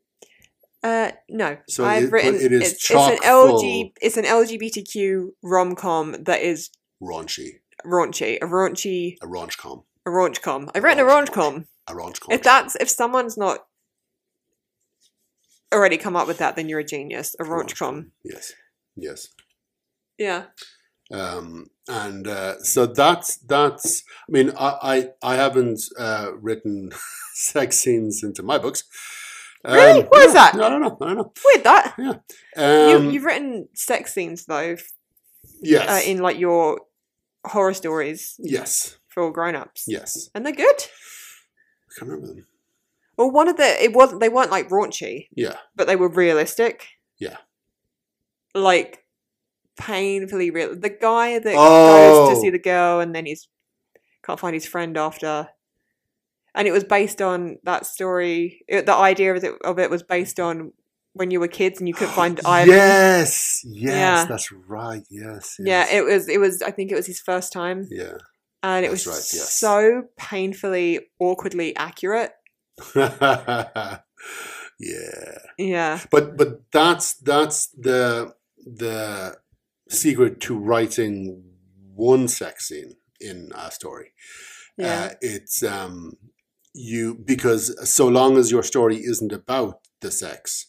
Speaker 4: Uh, no.
Speaker 3: So
Speaker 4: I've
Speaker 3: it- but
Speaker 4: written
Speaker 3: it is
Speaker 4: it's, it's an
Speaker 3: chock
Speaker 4: LG
Speaker 3: full.
Speaker 4: it's an LGBTQ rom com that is
Speaker 3: Raunchy.
Speaker 4: raunchy, a raunchy,
Speaker 3: A raunch com.
Speaker 4: a raunch com. I've written a
Speaker 3: Raunch,
Speaker 4: raunch com.
Speaker 3: A raunch com.
Speaker 4: If that's if someone's not already come up with that, then you're a genius. A raunch com.
Speaker 3: Yes. Yes.
Speaker 4: Yeah.
Speaker 3: um and uh so that's that's i mean i i, I haven't uh written *laughs* sex scenes into my books Um,
Speaker 4: Really? Why is that?
Speaker 3: i don't know i don't know
Speaker 4: Weird that.
Speaker 3: um
Speaker 4: you, you've written sex scenes though f-
Speaker 3: yes
Speaker 4: uh, in like your horror stories
Speaker 3: yes
Speaker 4: for grown ups.
Speaker 3: yes
Speaker 4: And they're good.
Speaker 3: i can't remember them
Speaker 4: Well, one of the it wasn't they weren't like raunchy.
Speaker 3: yeah
Speaker 4: but they were realistic.
Speaker 3: Yeah.
Speaker 4: Like painfully real. The guy that goes
Speaker 3: Oh.
Speaker 4: to see the girl and then he's can't find his friend after. And it was based on that story. It, the idea of it, of it was based on when you were kids and you couldn't find
Speaker 3: *gasps*
Speaker 4: Ivan.
Speaker 3: yes yes
Speaker 4: Yeah.
Speaker 3: that's right yes,
Speaker 4: Yeah,
Speaker 3: yes.
Speaker 4: it was. It was. I think it was his first time, and it was
Speaker 3: That's right, yes.
Speaker 4: so painfully, awkwardly accurate.
Speaker 3: yeah *laughs* yeah
Speaker 4: Yeah,
Speaker 3: but but that's that's the the secret to writing one sex scene in a story
Speaker 4: yeah.
Speaker 3: Uh, it's um, you because so long as your story isn't about the sex,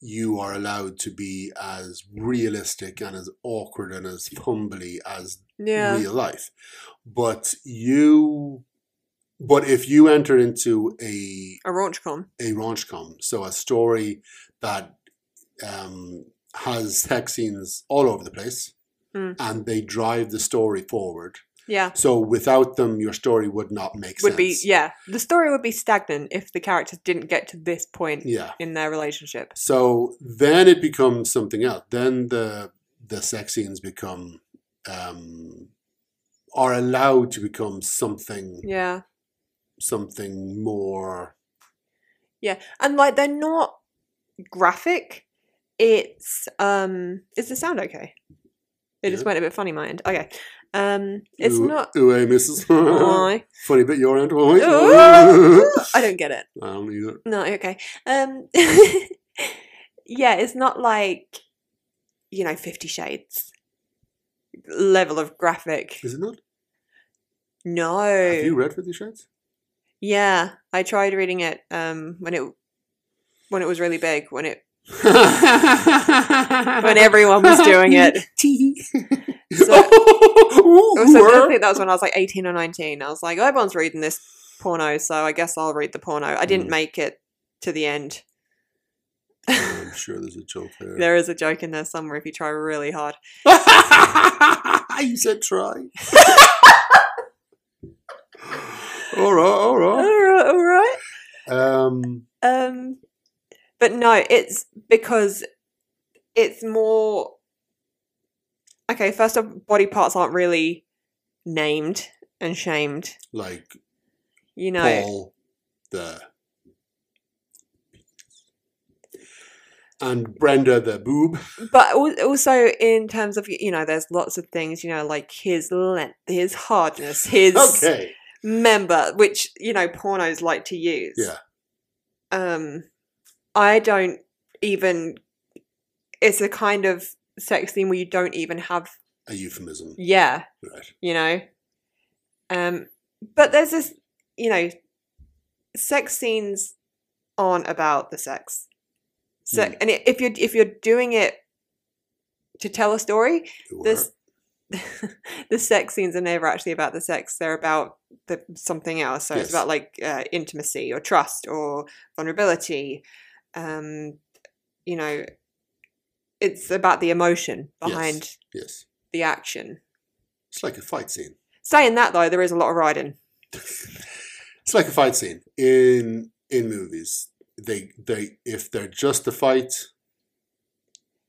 Speaker 3: you are allowed to be as realistic and as awkward and as fumbly as
Speaker 4: yeah.
Speaker 3: real life. But you, but if you enter into a
Speaker 4: A raunch con.
Speaker 3: a raunchcom, so a story that um, has sex scenes all over the place,
Speaker 4: Mm.
Speaker 3: and they drive the story forward.
Speaker 4: Yeah.
Speaker 3: So without them, your story would not make
Speaker 4: would
Speaker 3: sense.
Speaker 4: be yeah the story would be stagnant if the characters didn't get to this point
Speaker 3: Yeah.
Speaker 4: in their relationship
Speaker 3: So then it becomes something else. Then the the sex scenes become um, are allowed to become something
Speaker 4: yeah
Speaker 3: something more.
Speaker 4: yeah and like they're not graphic it's um is the sound okay it just
Speaker 3: Yeah.
Speaker 4: went a bit funny mind okay um it's
Speaker 3: ooh, *laughs*
Speaker 4: not
Speaker 3: Ooh, hey, Mrs.
Speaker 4: I,
Speaker 3: *laughs* Funny bit your end.
Speaker 4: Ooh.
Speaker 3: I
Speaker 4: I don't get it
Speaker 3: don't either.
Speaker 4: no okay um *laughs* yeah it's not like you know 50 shades level of graphic
Speaker 3: Is it not?
Speaker 4: no
Speaker 3: Have you read Fifty Shades?
Speaker 4: Yeah, I tried reading it um when it when it was really big, when it
Speaker 3: when *laughs*
Speaker 4: when everyone was doing it. So,
Speaker 3: Ooh,
Speaker 4: so I
Speaker 3: were.
Speaker 4: think that was when I was like 18 or 19. I was like, everyone's reading this porno, so I guess I'll read the porno. I didn't
Speaker 3: Mm.
Speaker 4: make it to the end.
Speaker 3: I'm sure there's a joke there.
Speaker 4: There is a joke in there somewhere if you try really hard.
Speaker 3: *laughs* you said try. *laughs* all right, all
Speaker 4: All
Speaker 3: right.
Speaker 4: right, all right.
Speaker 3: Um,
Speaker 4: Um, but no, it's because it's more. Okay, first off, body parts aren't really named and shamed.
Speaker 3: like
Speaker 4: You know,
Speaker 3: Paul the and Brenda the boob.
Speaker 4: but al- also in terms of you know, there's lots of things. You know, like his length, his
Speaker 3: *laughs*
Speaker 4: hardness, his
Speaker 3: Okay,
Speaker 4: member, which you know pornos like to use.
Speaker 3: Yeah.
Speaker 4: Um, I don't even. It's a kind of sex thing where you don't even have.
Speaker 3: a euphemism,
Speaker 4: Yeah.
Speaker 3: right?
Speaker 4: you know. Um, but there's this, you know, sex scenes aren't about the sex. So,
Speaker 3: Mm.
Speaker 4: and i- if you're if you're doing it to tell a story,
Speaker 3: You
Speaker 4: this *laughs* the sex scenes are never actually about the sex. They're about the something else. So
Speaker 3: Yes.
Speaker 4: it's about like uh, intimacy or trust or vulnerability. Um, you know, it's about the emotion
Speaker 3: Yes.
Speaker 4: behind
Speaker 3: were. yes,
Speaker 4: the action.
Speaker 3: it's like a fight scene.
Speaker 4: Saying that though, there is a lot of riding.
Speaker 3: It's like a fight scene in in movies. They they if they're just a fight,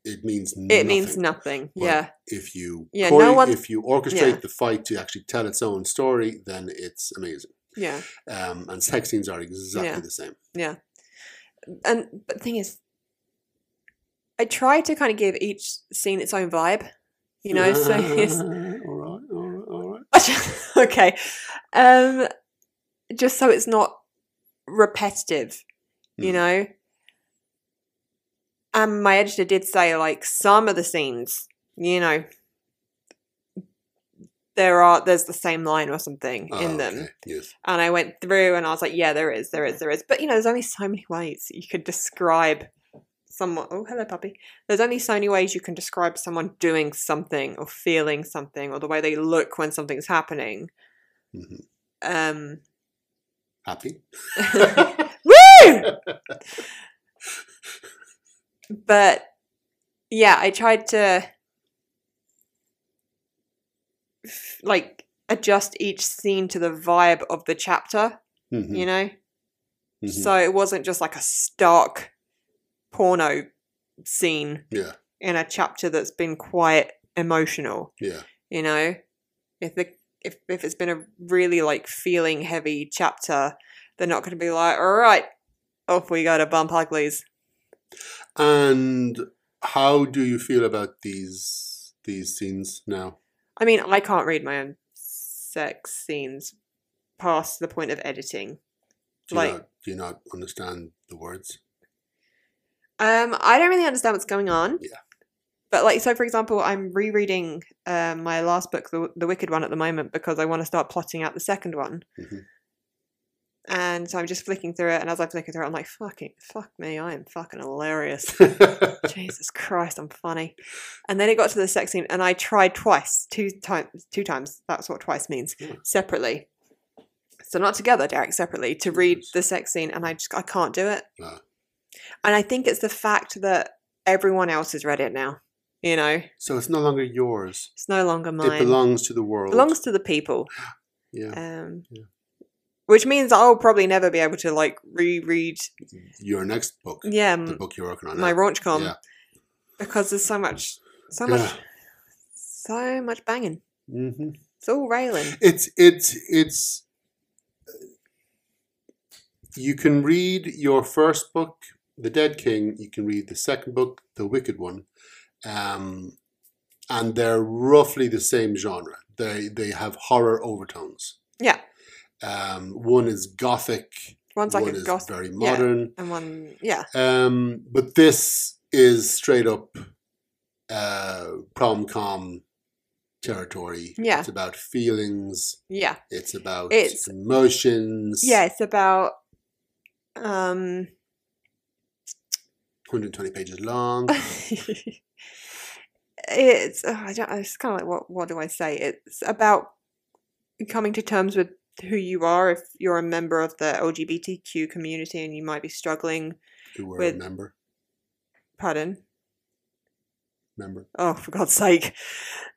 Speaker 3: it means
Speaker 4: It
Speaker 3: nothing.
Speaker 4: means nothing.
Speaker 3: Well,
Speaker 4: yeah.
Speaker 3: if you
Speaker 4: Yeah,
Speaker 3: chore-
Speaker 4: no one-
Speaker 3: if you orchestrate
Speaker 4: yeah.
Speaker 3: the fight to actually tell its own story, then it's amazing.
Speaker 4: Yeah.
Speaker 3: Um, and sex scenes are exactly
Speaker 4: Yeah.
Speaker 3: the same.
Speaker 4: And but the thing is I try to kind of give each scene its own vibe. You know, so
Speaker 3: *laughs*
Speaker 4: it's
Speaker 3: all right, all right, all right.
Speaker 4: *laughs* okay. Um just so it's not repetitive, you
Speaker 3: Hmm.
Speaker 4: know. And my editor did say like some of the scenes, you know, there are there's the same line or something in
Speaker 3: Ah,
Speaker 4: them.
Speaker 3: okay, Yes.
Speaker 4: And I went through and I was like, yeah, there is, there is, there is. But you know, there's only so many ways you could describe someone. Oh, hello, puppy. There's only so many ways you can describe someone doing something or feeling something or the way they look when something's happening.
Speaker 3: Mhm.
Speaker 4: Um, *laughs*
Speaker 3: Happy. Mm-hmm,
Speaker 4: woo! but yeah, I tried to like adjust each scene to the vibe of the chapter,
Speaker 3: Mhm,
Speaker 4: you know?
Speaker 3: mhm.
Speaker 4: So it wasn't just like a stark porno scene
Speaker 3: yeah,
Speaker 4: in a chapter that's been quite emotional,
Speaker 3: yeah,
Speaker 4: you know? If the if, if it's been a really like feeling heavy chapter, they're not gonna be like, All right, off we go to bump uglies.
Speaker 3: and how do you feel about these these scenes now?
Speaker 4: I mean, I can't read my own sex scenes past the point of editing.
Speaker 3: Do you,
Speaker 4: Like-
Speaker 3: not, do you not understand
Speaker 4: *laughs*
Speaker 3: the words? *laughs*
Speaker 4: Um, I don't really understand what's going on.
Speaker 3: Yeah.
Speaker 4: But like, so for example, I'm rereading um, my last book, the, the Wicked one, at the moment because I want to start plotting out the second one.
Speaker 3: Mhm.
Speaker 4: And so I'm just flicking through it, and as I flick through it, I'm like, "Fucking, fuck me, I am fucking
Speaker 3: *laughs*
Speaker 4: hilarious." Jesus Christ, I'm funny. And then it got to the sex scene, and I tried twice, two times, two times. That's what twice means.
Speaker 3: Yeah.
Speaker 4: Separately, so not together, Derek. Separately to read
Speaker 3: Yes.
Speaker 4: the sex scene, and I just I can't do it.
Speaker 3: No.
Speaker 4: And I think it's the fact that everyone else has read it now. You know,
Speaker 3: so it's no longer yours.
Speaker 4: it's no longer mine.
Speaker 3: It belongs to the world.
Speaker 4: Belongs to the people.
Speaker 3: yeah.
Speaker 4: Um,
Speaker 3: Yeah.
Speaker 4: which means I'll probably never be able to like reread.
Speaker 3: your next book,
Speaker 4: Yeah,
Speaker 3: the
Speaker 4: m-
Speaker 3: book you're working on.
Speaker 4: my
Speaker 3: now.
Speaker 4: raunchcom
Speaker 3: Yeah.
Speaker 4: because there's so much, so much,
Speaker 3: Yeah.
Speaker 4: so much banging.
Speaker 3: hmm
Speaker 4: It's all railing.
Speaker 3: It's it's it's. You can read your first book, The Dead King. You can read the second book, The Wicked One, um, and they're roughly the same genre. They they have horror overtones.
Speaker 4: Yeah,
Speaker 3: Um, one is gothic.
Speaker 4: one's like
Speaker 3: one
Speaker 4: a
Speaker 3: is
Speaker 4: gossip,
Speaker 3: very
Speaker 4: yeah.
Speaker 3: modern.
Speaker 4: and one, yeah,
Speaker 3: Um, but this is straight up uh, prom com territory.
Speaker 4: Yeah.
Speaker 3: It's about feelings.
Speaker 4: yeah,
Speaker 3: It's about
Speaker 4: It's-
Speaker 3: emotions.
Speaker 4: yeah. It's about um, *laughs* *laughs*
Speaker 3: 120 pages long.
Speaker 4: uh, it's oh, I don't. It's kind of like what what do I say? It's about coming to terms with who you are if you're a member of the LGBTQ community and you might be struggling.
Speaker 3: who were
Speaker 4: With-
Speaker 3: a member.
Speaker 4: Pardon.
Speaker 3: Member.
Speaker 4: oh for god's sake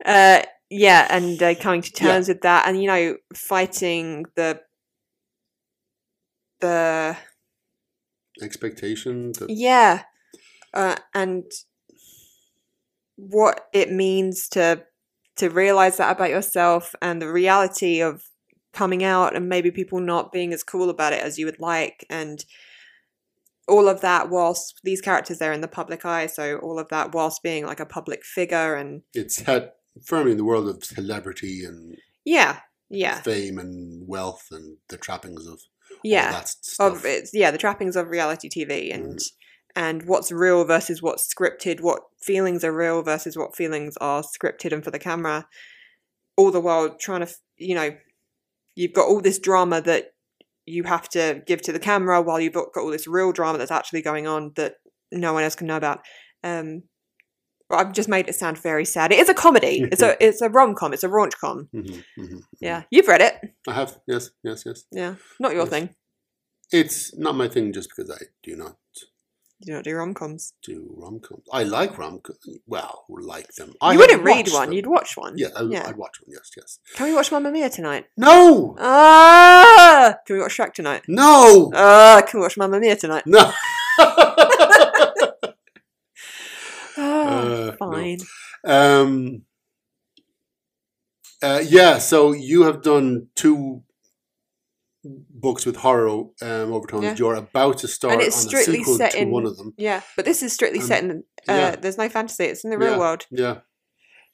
Speaker 4: uh yeah and uh, coming to
Speaker 3: Yeah.
Speaker 4: terms with that and you know fighting the the
Speaker 3: Expectation. That,
Speaker 4: yeah uh, and what it means to to realize that about yourself and the reality of coming out and maybe people not being as cool about it as you would like and all of that whilst these characters they're in the public eye so all of that whilst being like a public figure and
Speaker 3: it's had firmly in the world of celebrity and
Speaker 4: Yeah, yeah,
Speaker 3: fame and wealth and the trappings of all
Speaker 4: yeah.
Speaker 3: that stuff. Mm.
Speaker 4: Of it's yeah, the trappings of reality TV and and what's real versus what's scripted, what feelings are real versus what feelings are scripted and for the camera. All the while trying to, f- you know, you've got all this drama that you have to give to the camera while you've got got all this real drama that's actually going on that no one else can know about. Um, well, I've just made it sound very sad. It is a
Speaker 3: *laughs*
Speaker 4: comedy. it's a it's a rom com. It's a raunch com.
Speaker 3: Mhm, mhm.
Speaker 4: Yeah, you've read it.
Speaker 3: I have. Yes, yes, yes.
Speaker 4: Yeah, not your
Speaker 3: Yes.
Speaker 4: thing.
Speaker 3: It's not my thing just because I do not
Speaker 4: You don't do rom coms.
Speaker 3: do rom coms. I like rom coms. Well, like them.
Speaker 4: You
Speaker 3: I have
Speaker 4: wouldn't read
Speaker 3: watched
Speaker 4: one,
Speaker 3: them.
Speaker 4: you'd watch one.
Speaker 3: Yeah, I,
Speaker 4: yeah. Oh.
Speaker 3: I'd watch one. Yes, yes.
Speaker 4: Can we watch Mamma Mia tonight?
Speaker 3: No,
Speaker 4: Ah! Can we watch Shrek tonight?
Speaker 3: no,
Speaker 4: Ah, can we watch Mamma Mia tonight?
Speaker 3: no.
Speaker 4: Oh. Ah,
Speaker 3: *laughs* Uh, no.
Speaker 4: fine.
Speaker 3: Um, uh, yeah, so you have done two books with horror um, overtones.
Speaker 4: Yeah.
Speaker 3: You're about to start
Speaker 4: And
Speaker 3: on a
Speaker 4: it's strictly
Speaker 3: sequel
Speaker 4: set
Speaker 3: to
Speaker 4: in-
Speaker 3: one of them.
Speaker 4: Yeah, but this is strictly
Speaker 3: Um,
Speaker 4: set in. Uh,
Speaker 3: yeah.
Speaker 4: There's no fantasy. It's in the real
Speaker 3: Yeah.
Speaker 4: world.
Speaker 3: Yeah,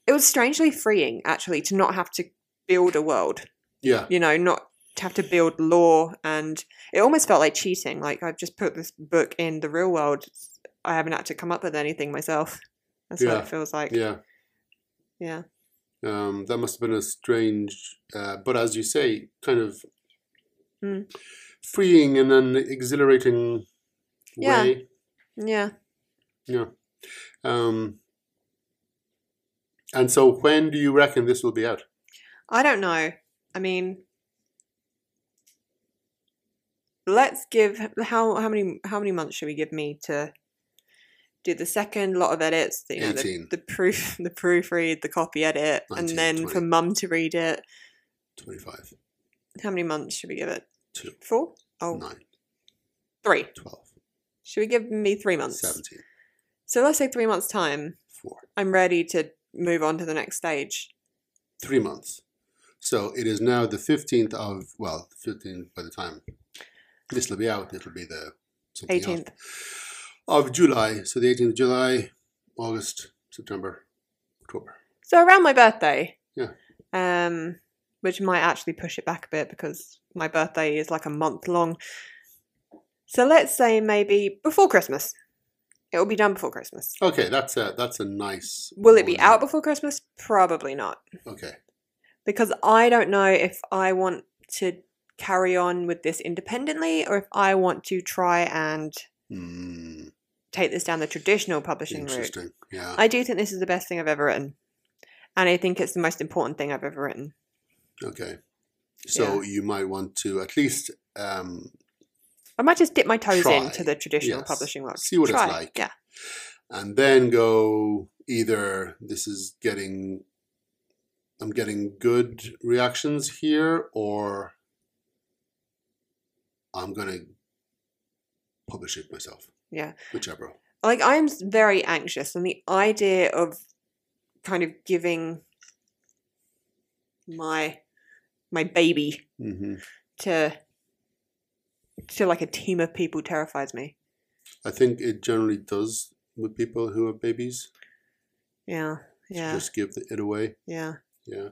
Speaker 4: It was strangely freeing, actually, to not have to build a world.
Speaker 3: yeah,
Speaker 4: You know, not to have to build lore, and it almost felt like cheating. Like I've just put this book in the real world. I haven't had to come up with anything myself. That's what
Speaker 3: Yeah.
Speaker 4: it feels like.
Speaker 3: yeah.
Speaker 4: Yeah.
Speaker 3: Um, that must have been a strange, uh, but as you say, kind of
Speaker 4: Mm.
Speaker 3: freeing and an exhilarating
Speaker 4: Yeah.
Speaker 3: way.
Speaker 4: Yeah.
Speaker 3: Yeah. Um, and so, when do you reckon this will be out?
Speaker 4: I don't know. I mean, let's give how how many how many months should we give me to do the second lot of edits? The, you know, the,
Speaker 3: 18.
Speaker 4: the proof, *laughs* the proofread, the copy edit,
Speaker 3: 19,
Speaker 4: and then for
Speaker 3: 20.
Speaker 4: mum to read it.
Speaker 3: 25,
Speaker 4: How many months should we give it?
Speaker 3: 2,
Speaker 4: Four? Oh,
Speaker 3: 9,
Speaker 4: three.
Speaker 3: 12,
Speaker 4: Should we give me three months?
Speaker 3: 17,
Speaker 4: So let's say three months time.
Speaker 3: 4.
Speaker 4: I'm ready to move on to the next stage.
Speaker 3: Three months. So, it is now the 15th of, well, 15th by the time this will be out, it'll be the something else.
Speaker 4: 18th.
Speaker 3: of July. So, the 18th of July, August, September, October.
Speaker 4: So around my birthday.
Speaker 3: Yeah.
Speaker 4: Um, which might actually push it back a bit because my birthday is like a month long. So let's say maybe before Christmas. It will be done before Christmas.
Speaker 3: Okay, that's a that's a nice.
Speaker 4: Will it be
Speaker 3: one.
Speaker 4: out before Christmas? Probably not.
Speaker 3: Okay,
Speaker 4: Because I don't know if I want to carry on with this independently or if I want to try and
Speaker 3: mm,
Speaker 4: take this down the traditional publishing route.
Speaker 3: interesting. Yeah,
Speaker 4: I do think this is the best thing I've ever written. And I think it's the most important thing I've ever written.
Speaker 3: Okay. So you might want to at least um,
Speaker 4: I might just dip my toes
Speaker 3: Try,
Speaker 4: into the traditional
Speaker 3: yes.
Speaker 4: publishing world.
Speaker 3: See what it's
Speaker 4: Try,
Speaker 3: like.
Speaker 4: Yeah.
Speaker 3: and then go either this is getting I'm getting good reactions here or I'm going to publish it myself.
Speaker 4: Yeah.
Speaker 3: Whichever.
Speaker 4: Like I am s- very anxious, and the idea of kind of giving my my baby
Speaker 3: Mm-hmm.
Speaker 4: to to like a team of people terrifies me.
Speaker 3: I think it generally does with people who have babies.
Speaker 4: Yeah. Yeah.
Speaker 3: Just give it away.
Speaker 4: yeah.
Speaker 3: Yeah.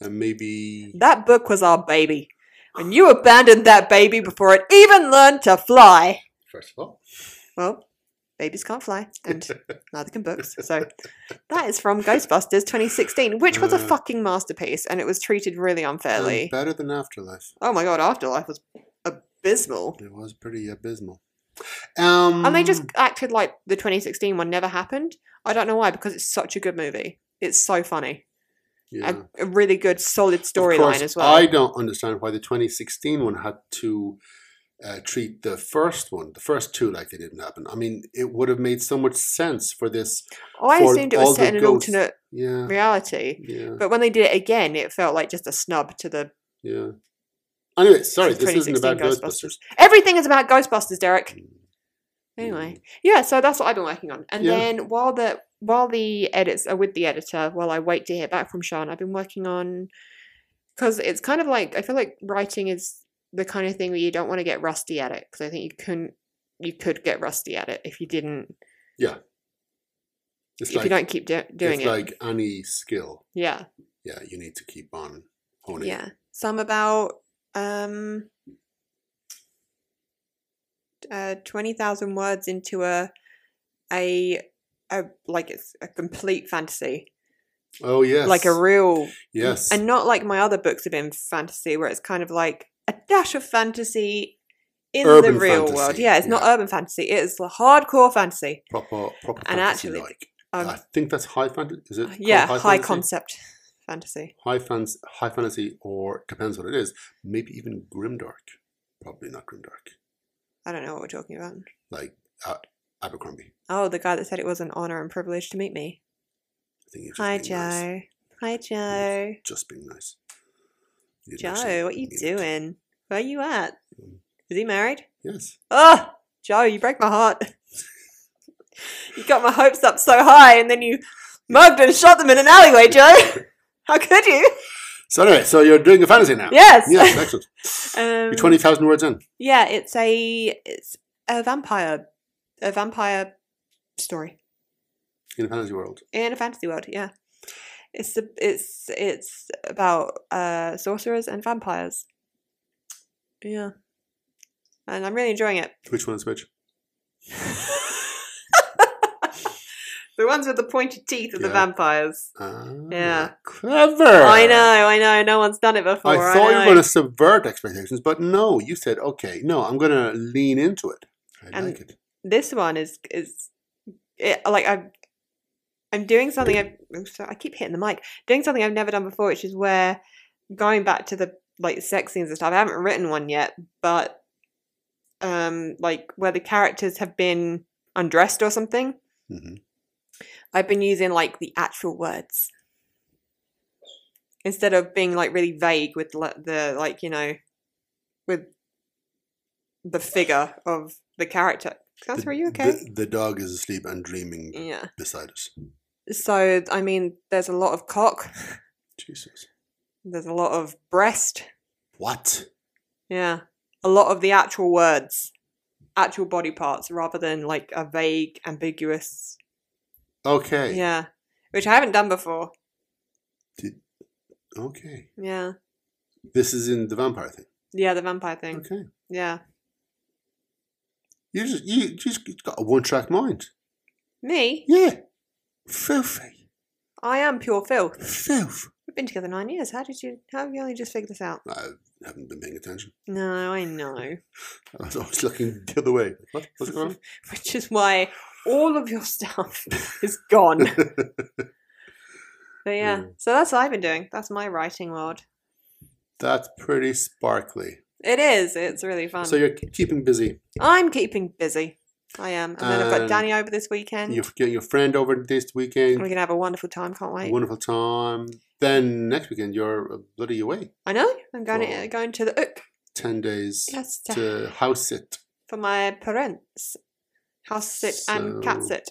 Speaker 3: And maybe
Speaker 4: That book was our baby. And you abandoned that baby before it even learned to fly.
Speaker 3: first of all.
Speaker 4: Well, babies can't fly,
Speaker 3: *laughs*
Speaker 4: and neither can books. So that is from Ghostbusters 2016, which was a
Speaker 3: Uh.
Speaker 4: fucking masterpiece, and it was treated really
Speaker 3: and
Speaker 4: unfairly.
Speaker 3: better than afterlife.
Speaker 4: Oh my god, Afterlife was abysmal.
Speaker 3: It was pretty abysmal. Um,
Speaker 4: And they just acted like the 2016 one never happened. I don't know why, because it's such a good movie. It's so funny.
Speaker 3: yeah. Of
Speaker 4: A, a really good, solid
Speaker 3: course,
Speaker 4: storyline as well.
Speaker 3: I don't understand why the 2016 one had to uh, treat the first one, the first two, like they didn't happen. I mean, it would have made so much sense for this.
Speaker 4: Oh, I
Speaker 3: for
Speaker 4: assumed it
Speaker 3: all
Speaker 4: was
Speaker 3: the
Speaker 4: set in an
Speaker 3: ghosts-
Speaker 4: alternate
Speaker 3: Yeah,
Speaker 4: reality.
Speaker 3: yeah,
Speaker 4: But when they did it again, it felt like just a snub to the
Speaker 3: yeah. Anyway, sorry,
Speaker 4: to the
Speaker 3: this isn't
Speaker 4: 2016
Speaker 3: about Ghostbusters.
Speaker 4: Everything is about Ghostbusters, Derek.
Speaker 3: Mm.
Speaker 4: Anyway, yeah, so that's what I've been working on. And
Speaker 3: Yeah.
Speaker 4: then while the while the edits are with the editor, while I wait to hear back from Sean, I've been working on because it's kind of like I feel like writing is the kind of thing where you don't want to get rusty at it because I think you can you could get rusty at it if you didn't
Speaker 3: It's
Speaker 4: if
Speaker 3: like,
Speaker 4: you don't keep do- doing
Speaker 3: it's
Speaker 4: it.
Speaker 3: like any skill.
Speaker 4: yeah,
Speaker 3: Yeah, you need to keep on honing.
Speaker 4: yeah. Some about um uh twenty thousand words into a a a like it's a complete fantasy.
Speaker 3: Oh yes,
Speaker 4: Like a real
Speaker 3: yes,
Speaker 4: And not like my other books have been fantasy, where it's kind of like a dash of fantasy in
Speaker 3: Urban
Speaker 4: the real
Speaker 3: fantasy,
Speaker 4: world. Yeah, it's not urban fantasy; it is the hardcore fantasy.
Speaker 3: proper proper.
Speaker 4: and actually,
Speaker 3: like
Speaker 4: Um, Uh,
Speaker 3: I think that's high fantasy. Is it? called
Speaker 4: yeah, high,
Speaker 3: fantasy?
Speaker 4: concept fantasy.
Speaker 3: High fans, high fantasy, or depends what it is. Maybe even grimdark. Probably not grimdark.
Speaker 4: I don't know what we're talking about.
Speaker 3: Like uh, Abercrombie.
Speaker 4: Oh, the guy that said it was an honor and privilege to meet me.
Speaker 3: I think he was just
Speaker 4: Hi,
Speaker 3: being
Speaker 4: Joe.
Speaker 3: nice.
Speaker 4: Hi, Joe.
Speaker 3: Just being nice. You didn't actually
Speaker 4: Joe, what you
Speaker 3: mean it.
Speaker 4: doing? Where you at?
Speaker 3: Mm.
Speaker 4: Is he married?
Speaker 3: Yes.
Speaker 4: Oh, Joe, you break my heart. *laughs* you got my hopes up so high, and then you mugged and shot them in an alleyway,
Speaker 3: *laughs*
Speaker 4: Joe. *laughs* How could you?
Speaker 3: So anyway, so you're doing a fantasy now.
Speaker 4: Yes.
Speaker 3: Yes. Excellent.
Speaker 4: *laughs* Um,
Speaker 3: You're twenty thousand words in.
Speaker 4: Yeah, it's a it's a vampire, a vampire story
Speaker 3: In a fantasy world.
Speaker 4: in a fantasy world. Yeah, it's a, it's it's about uh, sorcerers and vampires. Yeah, and I'm really enjoying it.
Speaker 3: Which one is which?
Speaker 4: *laughs* the ones with the pointed teeth are the
Speaker 3: Yeah.
Speaker 4: vampires.
Speaker 3: Ah,
Speaker 4: Yeah.
Speaker 3: Clever.
Speaker 4: I know, I know. No one's done it before.
Speaker 3: I thought you
Speaker 4: know.
Speaker 3: were going to subvert expectations, but no, you said, okay, no, I'm going to lean into it. I
Speaker 4: And-
Speaker 3: like it.
Speaker 4: this one is is it, like I'm I'm doing something I've I'm sorry, I keep hitting the mic doing something I've never done before, which is where going back to the like sex scenes and stuff. I haven't written one yet, but um, like where the characters have been undressed or something.
Speaker 3: hmm
Speaker 4: I've been using like the actual words instead of being like really vague with li- the like you know with the figure of the character. Cancer, are you okay?
Speaker 3: The, the dog is asleep and dreaming
Speaker 4: Yeah.
Speaker 3: beside us.
Speaker 4: So, I mean, there's a lot of cock,
Speaker 3: Jesus.
Speaker 4: there's a lot of breast,
Speaker 3: What?
Speaker 4: yeah, a lot of the actual words, actual body parts, rather than like a vague, ambiguous,
Speaker 3: Okay.
Speaker 4: yeah, which I haven't done before,
Speaker 3: Okay.
Speaker 4: yeah,
Speaker 3: This is in the vampire thing.
Speaker 4: yeah, the vampire thing,
Speaker 3: Okay.
Speaker 4: yeah,
Speaker 3: You just you just you've got a one track mind.
Speaker 4: me,
Speaker 3: Yeah. Filthy.
Speaker 4: I am pure filth.
Speaker 3: Filth.
Speaker 4: We've been together nine years. How did you? How have you only just figured this out?
Speaker 3: I haven't been paying attention. *laughs*
Speaker 4: No, I know,
Speaker 3: I was always looking the other way. What? *laughs* What's going on?
Speaker 4: *laughs* which is why all of your stuff *laughs* is
Speaker 3: *laughs*
Speaker 4: gone. *laughs* But yeah,
Speaker 3: Mm.
Speaker 4: so that's what I've been doing. That's my writing world.
Speaker 3: That's pretty sparkly.
Speaker 4: It is. It's really fun.
Speaker 3: So you're keeping busy.
Speaker 4: I'm keeping busy. I am. And then I've got
Speaker 3: And
Speaker 4: Danny over this weekend.
Speaker 3: You're getting your friend over this
Speaker 4: We're
Speaker 3: weekend.
Speaker 4: going to have a wonderful time. Can't wait.
Speaker 3: Wonderful time. Then next weekend you're uh, bloody away.
Speaker 4: I know. I'm going, to,
Speaker 3: Cool.
Speaker 4: going to the Ook.
Speaker 3: Ten days
Speaker 4: Yes.
Speaker 3: to house sit.
Speaker 4: For my parents. House sit and cat
Speaker 3: So-
Speaker 4: sit.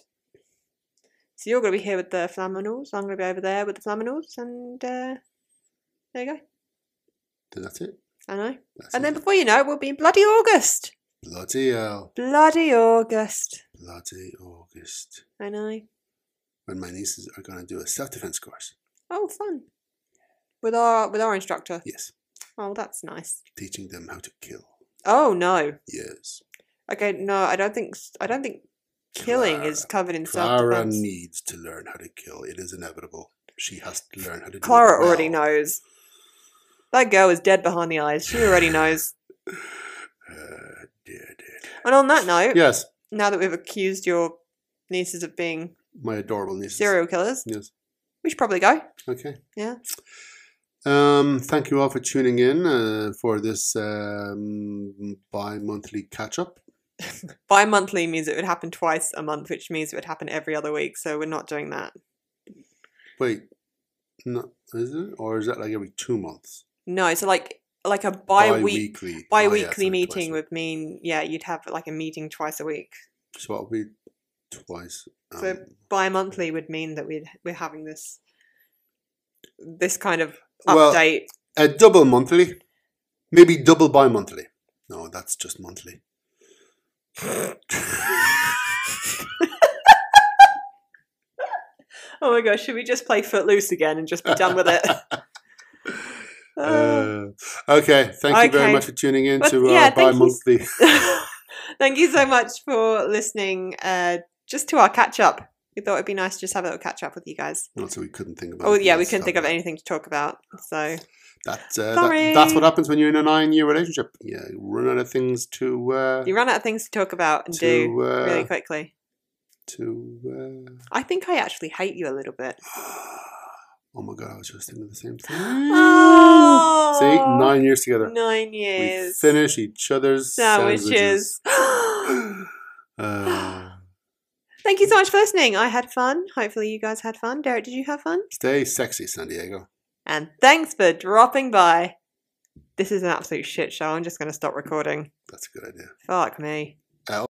Speaker 4: So you're going to be here with the Flaminals. I'm going to be over there with the Flaminals. And uh, there you go.
Speaker 3: Then that's it.
Speaker 4: I know.
Speaker 3: That's
Speaker 4: And then
Speaker 3: it.
Speaker 4: before you know it, we'll be in bloody August.
Speaker 3: bloody hell,
Speaker 4: Bloody August.
Speaker 3: bloody August
Speaker 4: I know.
Speaker 3: when my nieces are going to do a self defense course.
Speaker 4: Oh, fun. With our with our instructor.
Speaker 3: Yes,
Speaker 4: Oh, that's nice.
Speaker 3: teaching them how to kill.
Speaker 4: Oh no.
Speaker 3: Yes,
Speaker 4: Okay, no, I don't think s- I don't think killing is covered in self
Speaker 3: Clara
Speaker 4: defense.
Speaker 3: needs to learn how to kill. It is inevitable. She has to learn how to.
Speaker 4: Clara
Speaker 3: do it
Speaker 4: already
Speaker 3: well.
Speaker 4: knows. That girl is dead behind the eyes. She already knows.
Speaker 3: Uh, dear, dear.
Speaker 4: And on that note,
Speaker 3: Yes,
Speaker 4: now that we've accused your nieces of being
Speaker 3: my adorable nieces.
Speaker 4: serial killers,
Speaker 3: Yes.
Speaker 4: we should probably go.
Speaker 3: Okay.
Speaker 4: Yeah.
Speaker 3: Um, thank you all for tuning in uh, for this um, bi-monthly catch-up.
Speaker 4: Bi monthly means it would happen twice a month, which means it would happen every other week. So we're not doing that.
Speaker 3: Wait, no, is it? Or is that like every two months?
Speaker 4: No, so like like a bi week
Speaker 3: Bi-weekly.
Speaker 4: bi
Speaker 3: Oh, yeah,
Speaker 4: weekly
Speaker 3: sorry,
Speaker 4: meeting
Speaker 3: twice.
Speaker 4: would mean yeah, you'd have like a meeting twice a week.
Speaker 3: So it'll be twice. Um,
Speaker 4: So bi monthly would mean that we'd we're having this this kind of
Speaker 3: Well,
Speaker 4: update.
Speaker 3: a double monthly, maybe double bi-monthly. No, that's just monthly.
Speaker 4: oh my gosh, should we just play Footloose again and just be done with it? *laughs* Uh,
Speaker 3: *laughs* Uh, okay, thank you very
Speaker 4: Okay.
Speaker 3: much for tuning in
Speaker 4: But,
Speaker 3: to our
Speaker 4: yeah, thank you.
Speaker 3: bi-monthly.
Speaker 4: *laughs* Thank you so much for listening. Uh, just to our catch up, we thought it'd be nice to just have a little catch up with you guys.
Speaker 3: Not so we couldn't think about.
Speaker 4: Oh
Speaker 3: anything
Speaker 4: yeah, we
Speaker 3: else,
Speaker 4: couldn't think of
Speaker 3: however.
Speaker 4: anything to talk about. So
Speaker 3: That's uh,
Speaker 4: Sorry.
Speaker 3: that, that's what happens when you're in a nine-year relationship. Yeah, you run out of things to uh,
Speaker 4: you run out of things to talk about and do
Speaker 3: to uh,
Speaker 4: really quickly.
Speaker 3: to.
Speaker 4: I think I actually hate you a little bit.
Speaker 3: Uh, *sighs* oh my god, I was just thinking the
Speaker 4: *gasps*
Speaker 3: same thing.
Speaker 4: Oh,
Speaker 3: See, nine years together.
Speaker 4: Nine
Speaker 3: we
Speaker 4: years.
Speaker 3: finish each other's
Speaker 4: Sandwiches.
Speaker 3: sandwiches. *gasps* Uh,
Speaker 4: *gasps* Thank you so much for listening. I had fun. Hopefully, you guys had fun. Derek, did you have fun?
Speaker 3: stay sexy, San Diego.
Speaker 4: And thanks for dropping by. This is an absolute shit show. I'm just going to stop recording.
Speaker 3: That's a good idea. Uh,
Speaker 4: Fuck me.